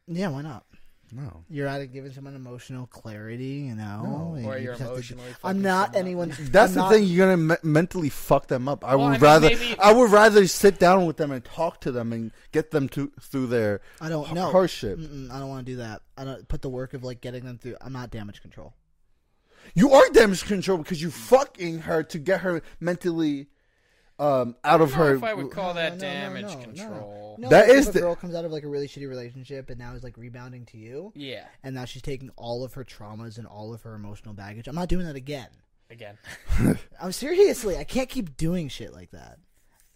[SPEAKER 1] Yeah, why not?
[SPEAKER 2] No.
[SPEAKER 1] You're out of giving someone emotional clarity, you know.
[SPEAKER 2] No.
[SPEAKER 1] and
[SPEAKER 3] Or
[SPEAKER 1] you
[SPEAKER 3] you're
[SPEAKER 1] just have to-
[SPEAKER 3] emotionally
[SPEAKER 1] I'm
[SPEAKER 3] fucking
[SPEAKER 1] not
[SPEAKER 3] someone.
[SPEAKER 1] anyone's.
[SPEAKER 2] That's
[SPEAKER 1] I'm
[SPEAKER 2] the
[SPEAKER 1] not-
[SPEAKER 2] thing. You're gonna me- mentally fuck them up. I
[SPEAKER 3] Well,
[SPEAKER 2] would
[SPEAKER 3] I mean,
[SPEAKER 2] rather.
[SPEAKER 3] maybe-
[SPEAKER 2] I would rather sit down with them and talk to them and get them to through their
[SPEAKER 1] I don't
[SPEAKER 2] har-
[SPEAKER 1] know.
[SPEAKER 2] hardship.
[SPEAKER 1] Mm-mm, I don't want to do that. I don't put the work of like getting them through. I'm not damage control.
[SPEAKER 2] You are damage control because you fucking her to get her mentally um, out of
[SPEAKER 3] I don't know
[SPEAKER 2] her.
[SPEAKER 3] if I would call
[SPEAKER 1] No,
[SPEAKER 3] that
[SPEAKER 1] no, no,
[SPEAKER 3] damage
[SPEAKER 1] no, no, no.
[SPEAKER 3] control.
[SPEAKER 1] No,
[SPEAKER 2] That
[SPEAKER 1] like, if
[SPEAKER 2] is
[SPEAKER 1] a
[SPEAKER 2] the-
[SPEAKER 1] girl comes out of like a really shitty relationship and now is like rebounding to you,
[SPEAKER 3] Yeah.
[SPEAKER 1] and now she's taking all of her traumas and all of her emotional baggage. I'm not doing that again.
[SPEAKER 3] Again.
[SPEAKER 1] I'm seriously, I can't keep doing shit like that.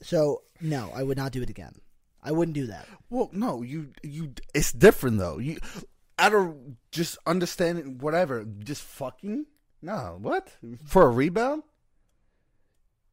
[SPEAKER 1] So no, I would not do it again. I wouldn't do that.
[SPEAKER 2] Well, no, you you. It's different though. You out of just understanding whatever, just fucking. No, what for a rebound?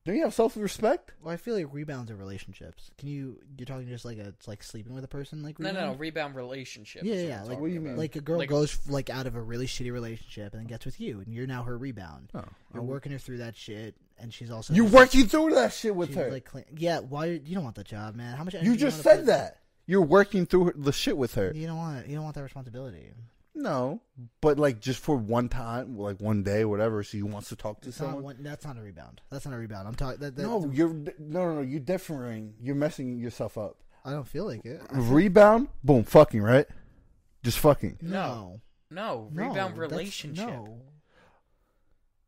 [SPEAKER 2] Don't you have self respect?
[SPEAKER 1] Well, I feel like rebounds are relationships. Can you? You're talking just like a it's like sleeping with a person, like
[SPEAKER 3] No,
[SPEAKER 1] rebound?
[SPEAKER 3] no, no. Rebound relationship.
[SPEAKER 1] Yeah,
[SPEAKER 3] is
[SPEAKER 1] yeah.
[SPEAKER 3] I'm
[SPEAKER 1] Like,
[SPEAKER 3] talking
[SPEAKER 2] What do you mean?
[SPEAKER 1] like a girl
[SPEAKER 3] Like-
[SPEAKER 1] goes like out of a really shitty relationship and then gets with you, and you're now her rebound. You're working her through that shit, and she's also
[SPEAKER 2] You working through that shit with
[SPEAKER 1] she's,
[SPEAKER 2] her.
[SPEAKER 1] Like, clean- yeah, why you don't want that job, man? How much? energy
[SPEAKER 2] you
[SPEAKER 1] do
[SPEAKER 2] just
[SPEAKER 1] wanna
[SPEAKER 2] said
[SPEAKER 1] put-
[SPEAKER 2] that. You're working through her- the shit with her.
[SPEAKER 1] You don't want you don't want that responsibility.
[SPEAKER 2] No, but like just for one time, like one day, whatever. So you wants to talk to
[SPEAKER 1] It's not
[SPEAKER 2] someone.
[SPEAKER 1] one, that's not a rebound. That's not a rebound. I'm talking. That, that,
[SPEAKER 2] No, you're no, no, no. You're differing. You're messing yourself up.
[SPEAKER 1] I don't feel like it.
[SPEAKER 2] Rebound, boom, fucking right. Just fucking.
[SPEAKER 1] No, no,
[SPEAKER 3] No, rebound
[SPEAKER 1] that's-
[SPEAKER 3] relationship.
[SPEAKER 1] No.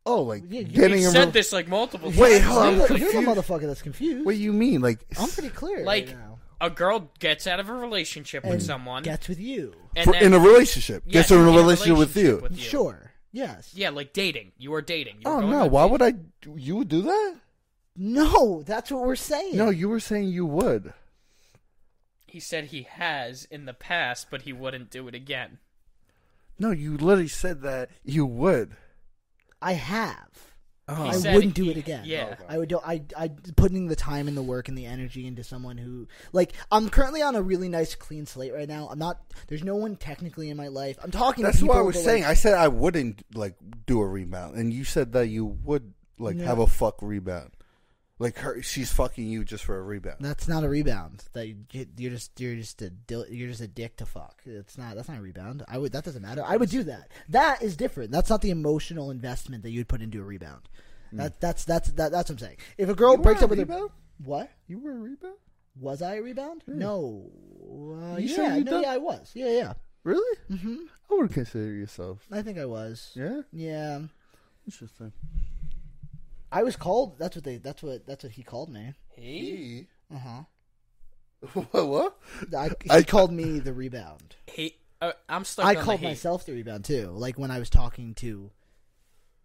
[SPEAKER 2] Oh, like
[SPEAKER 1] Yeah, you-
[SPEAKER 2] getting
[SPEAKER 3] He
[SPEAKER 2] a
[SPEAKER 3] said
[SPEAKER 2] re-
[SPEAKER 3] this like multiple times.
[SPEAKER 2] Wait, hold on.
[SPEAKER 1] You're, the-
[SPEAKER 2] I'm
[SPEAKER 1] you're the
[SPEAKER 2] confused.
[SPEAKER 1] motherfucker that's confused.
[SPEAKER 2] What do you mean? Like
[SPEAKER 1] I'm pretty clear.
[SPEAKER 3] Like,
[SPEAKER 1] right now.
[SPEAKER 3] A girl gets out of a relationship with
[SPEAKER 1] And
[SPEAKER 3] someone,
[SPEAKER 1] gets with you.
[SPEAKER 3] and
[SPEAKER 2] for,
[SPEAKER 3] then,
[SPEAKER 2] in a relationship.
[SPEAKER 3] Yes,
[SPEAKER 2] Gets in a
[SPEAKER 3] in a
[SPEAKER 2] relationship with you.
[SPEAKER 3] relationship with- you.
[SPEAKER 1] Sure. Yes.
[SPEAKER 3] yeah, like dating. You are dating. You are
[SPEAKER 2] oh
[SPEAKER 3] going
[SPEAKER 2] no!
[SPEAKER 3] on
[SPEAKER 2] Why
[SPEAKER 3] dates.
[SPEAKER 2] would I? You would do that?
[SPEAKER 1] No, that's what we're saying.
[SPEAKER 2] No, you were saying you would.
[SPEAKER 3] He said he has in the past, but he wouldn't do it again.
[SPEAKER 2] No, you literally said that you would.
[SPEAKER 1] I have.
[SPEAKER 2] Oh.
[SPEAKER 1] I
[SPEAKER 3] He said
[SPEAKER 1] wouldn't do
[SPEAKER 3] he-
[SPEAKER 1] it again.
[SPEAKER 3] Yeah.
[SPEAKER 1] I would. do- I. I putting the time and the work and the energy into someone who like I'm currently on a really nice clean slate right now. I'm not. There's no one technically in my life. I'm talking.
[SPEAKER 2] That's
[SPEAKER 1] to
[SPEAKER 2] what I
[SPEAKER 1] people,
[SPEAKER 2] was
[SPEAKER 1] but,
[SPEAKER 2] saying.
[SPEAKER 1] like,
[SPEAKER 2] I said I wouldn't like do a rebound, and you said that you would like
[SPEAKER 1] No.
[SPEAKER 2] have a fuck rebound. Like her, she's fucking you just for a rebound.
[SPEAKER 1] That's not a rebound. That you, you're just you're just a dil- you're just a dick to fuck. It's not that's not a rebound. I would that doesn't matter. I would do that. That is different. That's not the emotional investment that you'd put into a rebound. That that's that's that, that's what I'm saying. If a girl
[SPEAKER 2] Hmm. You
[SPEAKER 1] breaks
[SPEAKER 2] were
[SPEAKER 1] up
[SPEAKER 2] a
[SPEAKER 1] with
[SPEAKER 2] rebound?
[SPEAKER 1] a what
[SPEAKER 2] You were a rebound,
[SPEAKER 1] was I a rebound? No. Uh,
[SPEAKER 2] Hmm. You
[SPEAKER 1] yeah,
[SPEAKER 2] sure you
[SPEAKER 1] no,
[SPEAKER 2] done-
[SPEAKER 1] yeah, I was. Yeah, yeah.
[SPEAKER 2] really? Mm-hmm. I would consider yourself.
[SPEAKER 1] I think I was.
[SPEAKER 2] Yeah,
[SPEAKER 1] Yeah.
[SPEAKER 2] interesting.
[SPEAKER 1] I was called. That's what they. That's what. That's what he called me.
[SPEAKER 3] He
[SPEAKER 1] Uh huh.
[SPEAKER 2] Uh-huh. <laughs> what? What?
[SPEAKER 1] I, he
[SPEAKER 2] <laughs> I-
[SPEAKER 1] called me the rebound.
[SPEAKER 3] he. Uh, I'm stuck.
[SPEAKER 1] I
[SPEAKER 3] on
[SPEAKER 1] called
[SPEAKER 3] the he.
[SPEAKER 1] myself the rebound too. Like when I was talking to,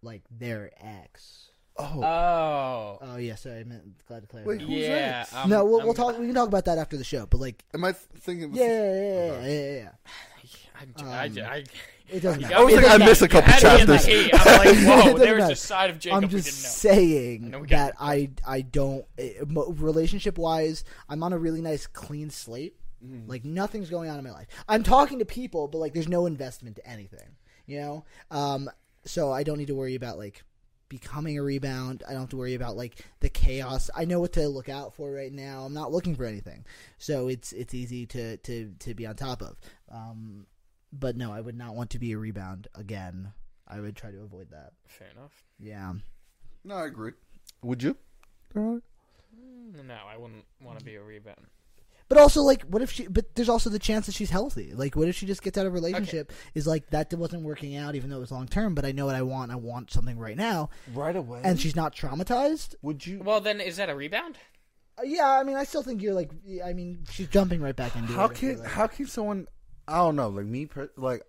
[SPEAKER 1] like their ex.
[SPEAKER 2] Oh,
[SPEAKER 3] Oh.
[SPEAKER 1] Oh yeah, sorry. I meant glad to clarify.
[SPEAKER 2] wait, who's
[SPEAKER 3] yeah.
[SPEAKER 2] that?
[SPEAKER 3] I'm-
[SPEAKER 1] no, we'll,
[SPEAKER 3] I'm-
[SPEAKER 1] we'll talk. We can talk about that after the show. But like,
[SPEAKER 2] Am I thinking?
[SPEAKER 1] yeah, yeah, yeah, yeah, yeah, yeah.
[SPEAKER 3] I'm- I,
[SPEAKER 1] Um,
[SPEAKER 3] I, I,
[SPEAKER 1] It doesn't
[SPEAKER 3] You
[SPEAKER 1] matter.
[SPEAKER 3] got me
[SPEAKER 2] was like, I
[SPEAKER 3] in the-
[SPEAKER 2] missed a
[SPEAKER 3] you
[SPEAKER 2] couple
[SPEAKER 3] had me in the
[SPEAKER 2] chapters.
[SPEAKER 3] heat.
[SPEAKER 1] <laughs>
[SPEAKER 3] I'm like,
[SPEAKER 1] It
[SPEAKER 3] whoa,
[SPEAKER 1] doesn't
[SPEAKER 3] there's
[SPEAKER 1] matter.
[SPEAKER 3] a side of Jacob
[SPEAKER 1] I'm
[SPEAKER 3] we
[SPEAKER 1] just
[SPEAKER 3] didn't know.
[SPEAKER 1] saying
[SPEAKER 3] know we got
[SPEAKER 1] that I I don't relationship wise I'm on a really nice clean slate.
[SPEAKER 2] Mm.
[SPEAKER 1] Like nothing's going on in my life. I'm talking to people, but like there's no investment to anything. You know, um, so I don't need to worry about like becoming a rebound. I don't have to worry about like the chaos. I know what to look out for right now. I'm not looking for anything, so it's it's easy to to to be on top of. Um, but no, I would not want to be a rebound again. I would try to avoid that.
[SPEAKER 3] Fair enough.
[SPEAKER 1] Yeah.
[SPEAKER 2] No, I agree. Would you? Alright.
[SPEAKER 3] No, I wouldn't
[SPEAKER 2] Mm.
[SPEAKER 3] want to be a rebound.
[SPEAKER 1] But also, like, what if she? But there's also the chance that she's healthy. Like, what if she just gets out of a relationship? Is like that wasn't working out, even though it was long term. But I know what I want. I want something right now,
[SPEAKER 2] Right away.
[SPEAKER 1] and she's not traumatized.
[SPEAKER 2] would you?
[SPEAKER 3] Well, then is that a rebound?
[SPEAKER 1] Uh, yeah, I mean, I still think you're like. I mean, she's jumping right back into
[SPEAKER 2] How
[SPEAKER 1] it.
[SPEAKER 2] can
[SPEAKER 1] Like,
[SPEAKER 2] how can someone? I don't know. Like me, per, like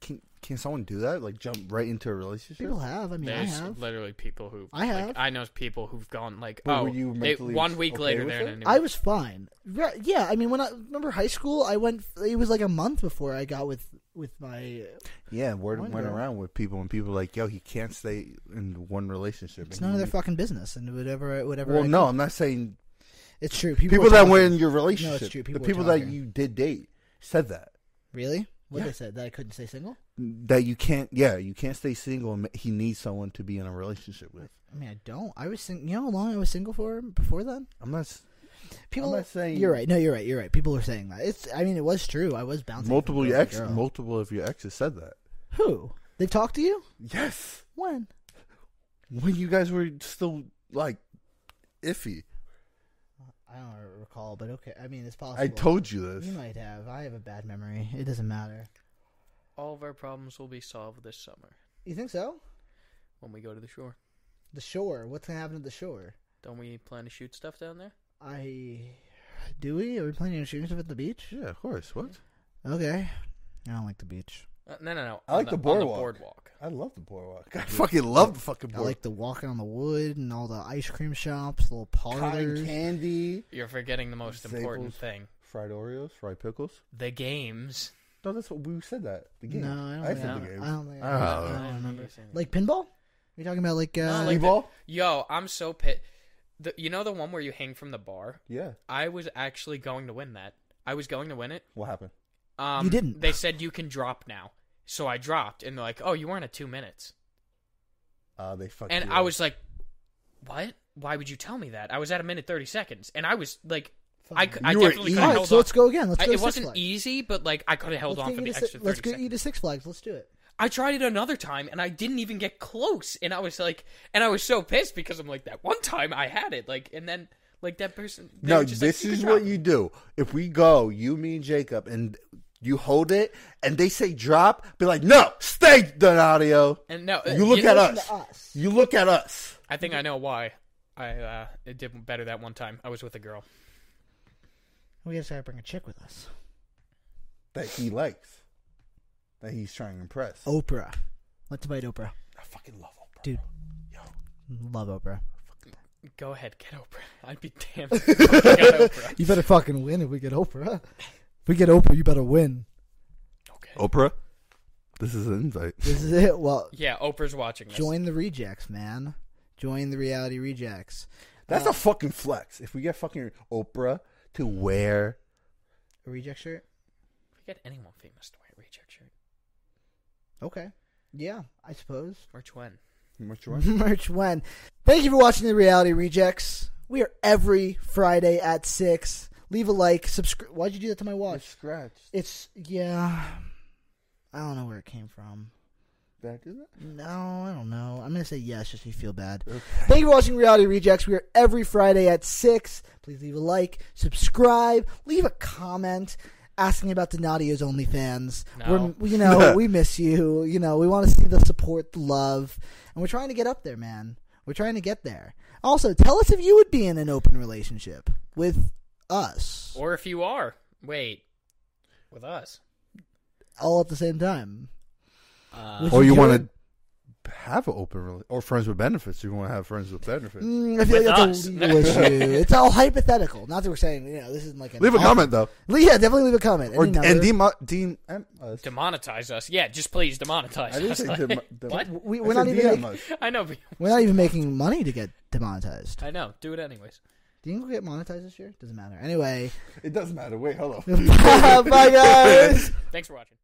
[SPEAKER 2] can can someone do that? Like jump right into a relationship?
[SPEAKER 1] people have? I mean, I
[SPEAKER 3] There's
[SPEAKER 1] have.
[SPEAKER 3] literally people who
[SPEAKER 1] I
[SPEAKER 3] like,
[SPEAKER 1] have.
[SPEAKER 3] I know people who've gone like,
[SPEAKER 2] But
[SPEAKER 3] oh,
[SPEAKER 2] were you
[SPEAKER 3] they-
[SPEAKER 2] mentally
[SPEAKER 3] one week
[SPEAKER 2] okay
[SPEAKER 3] later
[SPEAKER 2] with
[SPEAKER 3] they're in a
[SPEAKER 2] it?
[SPEAKER 3] new.
[SPEAKER 1] I was fine. Right, yeah, I mean, when I remember high school, I went. It was like a month before I got with with my.
[SPEAKER 2] Yeah, word
[SPEAKER 1] One
[SPEAKER 2] went
[SPEAKER 1] girl.
[SPEAKER 2] around with people, and people were like, yo, he can't stay in one relationship.
[SPEAKER 1] It's
[SPEAKER 2] And
[SPEAKER 1] none of
[SPEAKER 2] he-
[SPEAKER 1] their fucking business, and whatever, whatever.
[SPEAKER 2] Mm. Well,
[SPEAKER 1] I
[SPEAKER 2] no,
[SPEAKER 1] did-
[SPEAKER 2] I'm not saying
[SPEAKER 1] it's true.
[SPEAKER 2] people,
[SPEAKER 1] were
[SPEAKER 2] that
[SPEAKER 1] talking.
[SPEAKER 2] were in your relationship.
[SPEAKER 1] true, people
[SPEAKER 2] the
[SPEAKER 1] were
[SPEAKER 2] people that
[SPEAKER 1] talking.
[SPEAKER 2] you did date said that
[SPEAKER 1] really what
[SPEAKER 2] Yeah.
[SPEAKER 1] they said that I couldn't stay single.
[SPEAKER 2] that you can't. Yeah, you can't stay single, and he needs someone to be in a relationship with.
[SPEAKER 1] I mean, I don't. I was sing- you know how long I was single for before then.
[SPEAKER 2] I'm not. s-
[SPEAKER 1] People,
[SPEAKER 2] I'm not saying-
[SPEAKER 1] you're right. No, you're right. You're right. People were saying that. It's. I mean, it was true. I was bouncing from
[SPEAKER 2] Multiple
[SPEAKER 1] girl to
[SPEAKER 2] ex,
[SPEAKER 1] girl.
[SPEAKER 2] multiple of your exes said that.
[SPEAKER 1] Who they talked to you
[SPEAKER 2] Yes,
[SPEAKER 1] when?
[SPEAKER 2] when you guys were still like iffy.
[SPEAKER 1] I don't recall, but okay. I mean, it's possible.
[SPEAKER 2] I told you this.
[SPEAKER 1] you might have. I have a bad memory. It doesn't matter.
[SPEAKER 3] All of our problems will be solved this summer
[SPEAKER 1] You think so?
[SPEAKER 3] when we go to the shore.
[SPEAKER 1] The shore. What's gonna happen to the shore?
[SPEAKER 3] Don't we plan to shoot stuff down there?
[SPEAKER 1] I. Do we? Are we planning on shooting stuff at the beach?
[SPEAKER 2] Yeah, of course. What?
[SPEAKER 1] Okay. I don't like the beach.
[SPEAKER 3] Uh, no, no, no.
[SPEAKER 2] I like
[SPEAKER 3] on
[SPEAKER 2] the
[SPEAKER 3] on
[SPEAKER 2] boardwalk.
[SPEAKER 3] boardwalk.
[SPEAKER 2] I love the boardwalk. I fucking love the fucking
[SPEAKER 1] I like
[SPEAKER 2] boardwalk.
[SPEAKER 1] the walking on the wood and all the ice cream shops, little parlors.
[SPEAKER 2] Cotton candy,
[SPEAKER 3] You're forgetting the most important
[SPEAKER 2] Staples.
[SPEAKER 3] thing:
[SPEAKER 2] fried Oreos, fried pickles.
[SPEAKER 3] the games.
[SPEAKER 2] No, that's what we said that. The game.
[SPEAKER 1] No, I don't
[SPEAKER 2] said
[SPEAKER 1] think I,
[SPEAKER 2] the game.
[SPEAKER 1] I don't think I,
[SPEAKER 2] Oh.
[SPEAKER 1] I
[SPEAKER 3] I
[SPEAKER 1] don't
[SPEAKER 3] remember
[SPEAKER 1] remember.
[SPEAKER 3] saying that.
[SPEAKER 1] Like pinball? Are you talking about like uh
[SPEAKER 3] No,
[SPEAKER 2] Like
[SPEAKER 3] like-
[SPEAKER 2] ball?
[SPEAKER 3] Yo, I'm so pit. the, you know the one where you hang from the bar.
[SPEAKER 2] Yeah.
[SPEAKER 3] I was actually going to win that. I was going to win it.
[SPEAKER 2] What happened?
[SPEAKER 3] Um,
[SPEAKER 1] You didn't.
[SPEAKER 3] They said you can drop now, so I dropped, and they're like, "Oh, you weren't at two minutes,"
[SPEAKER 2] Uh, they fucked.
[SPEAKER 3] and
[SPEAKER 2] you
[SPEAKER 3] I
[SPEAKER 2] up.
[SPEAKER 3] was like, "What? Why would you tell me that? I was at a minute thirty seconds, and I was like, I, c- I
[SPEAKER 2] You were
[SPEAKER 3] definitely could
[SPEAKER 2] eating.
[SPEAKER 3] have
[SPEAKER 1] All right,
[SPEAKER 3] held
[SPEAKER 1] so
[SPEAKER 3] on.
[SPEAKER 1] let's go again. Let's
[SPEAKER 3] I-
[SPEAKER 1] go.
[SPEAKER 3] it
[SPEAKER 1] to Six
[SPEAKER 3] wasn't
[SPEAKER 1] Flags.
[SPEAKER 3] easy, but like I could have held
[SPEAKER 1] Let's
[SPEAKER 3] on
[SPEAKER 1] go
[SPEAKER 3] for
[SPEAKER 1] eat
[SPEAKER 3] the
[SPEAKER 1] a si-
[SPEAKER 3] extra thirty
[SPEAKER 1] Let's go
[SPEAKER 3] seconds.
[SPEAKER 1] eat a Six Flags. Let's do it.
[SPEAKER 3] I tried it another time and I didn't even get close and I was like and I was so pissed because I'm like that one time I had it like and then like that person they
[SPEAKER 2] No,
[SPEAKER 3] were just
[SPEAKER 2] this
[SPEAKER 3] like,
[SPEAKER 2] is
[SPEAKER 3] "Good
[SPEAKER 2] what
[SPEAKER 3] job."
[SPEAKER 2] you do. If we go, you, me, and Jacob, and you hold it, and they say drop, be like, no, stay, Donadio.
[SPEAKER 3] and no
[SPEAKER 2] You look at us.
[SPEAKER 1] to us.
[SPEAKER 2] You look at us.
[SPEAKER 3] I think I know why I uh it did better that one time I was with a girl
[SPEAKER 1] We just gotta bring a chick with us.
[SPEAKER 2] That he likes. That he's trying to impress.
[SPEAKER 1] Oprah. Let's invite Oprah.
[SPEAKER 2] I fucking love Oprah.
[SPEAKER 1] Dude.
[SPEAKER 2] Yo.
[SPEAKER 1] Love Oprah.
[SPEAKER 3] go ahead get Oprah <laughs> I'd be
[SPEAKER 2] <laughs>
[SPEAKER 3] damned if I got Oprah.
[SPEAKER 1] You <laughs> better fucking win if we get Oprah. If we get Oprah, you better win.
[SPEAKER 3] okay
[SPEAKER 2] Oprah, this is an invite.
[SPEAKER 1] This is it. Well,
[SPEAKER 3] <laughs> yeah Oprah's watching this
[SPEAKER 1] join the rejects, man. Join the reality rejects. Uh,
[SPEAKER 2] That's a fucking flex. If we get fucking Oprah to wear.
[SPEAKER 1] A reject shirt?
[SPEAKER 3] if we get anyone famous to wear a reject shirt
[SPEAKER 1] Okay. Yeah, I suppose.
[SPEAKER 3] March when
[SPEAKER 2] Which <laughs>
[SPEAKER 1] <laughs> Merch when. Thank you for watching the Reality Rejects. We are every Friday at six. Leave a like. Subscribe. Why'd you do that to my watch?
[SPEAKER 2] scratched.
[SPEAKER 1] It's yeah. I don't know where it came from.
[SPEAKER 2] Did I do that?
[SPEAKER 1] No, I don't know. I'm gonna say yes, just so you feel bad. Thank you for watching Reality Rejects. We are every Friday at six. Please leave a like, subscribe, leave a comment. Asking about Donatio's OnlyFans,
[SPEAKER 3] No.
[SPEAKER 1] we're, you
[SPEAKER 2] <laughs>
[SPEAKER 1] know we miss you. You know we want to see the support, the love, and we're trying to get up there, man. We're trying to get there. Also, tell us if you would be in an open relationship with us,
[SPEAKER 3] or if you are wait with us
[SPEAKER 1] all at the same time.
[SPEAKER 3] uh,
[SPEAKER 1] Would
[SPEAKER 2] Or you
[SPEAKER 1] do it?
[SPEAKER 2] want to have an open rela- or friends with benefits. You want to have friends with benefits.
[SPEAKER 1] Mm, I feel like
[SPEAKER 3] With
[SPEAKER 1] that's
[SPEAKER 3] us.
[SPEAKER 1] a legal
[SPEAKER 3] <laughs>
[SPEAKER 1] issue. It's all hypothetical. Not that we're saying, you know, this isn't like an
[SPEAKER 2] Leave a
[SPEAKER 1] off-
[SPEAKER 2] comment though,
[SPEAKER 1] Le- Yeah, definitely leave a comment.
[SPEAKER 2] or
[SPEAKER 1] Any number.
[SPEAKER 2] and DM DM
[SPEAKER 1] eh?
[SPEAKER 2] us.
[SPEAKER 3] <laughs> demonetize us yeah just please demonetize
[SPEAKER 2] I didn't
[SPEAKER 3] us
[SPEAKER 2] say
[SPEAKER 3] <laughs> Like,
[SPEAKER 2] dem- dem-
[SPEAKER 3] what
[SPEAKER 1] we,
[SPEAKER 2] I
[SPEAKER 1] we're
[SPEAKER 2] said
[SPEAKER 1] not even
[SPEAKER 2] DM
[SPEAKER 1] make-
[SPEAKER 2] us.
[SPEAKER 3] <laughs> I know but
[SPEAKER 1] we're not even making money to get demonetized.
[SPEAKER 3] I know. Do it anyways.
[SPEAKER 1] Do you think we'll get monetized this year? Doesn't matter. Anyway, <laughs>
[SPEAKER 2] It doesn't matter. Wait, hello.
[SPEAKER 1] bye guys.
[SPEAKER 3] Thanks for watching.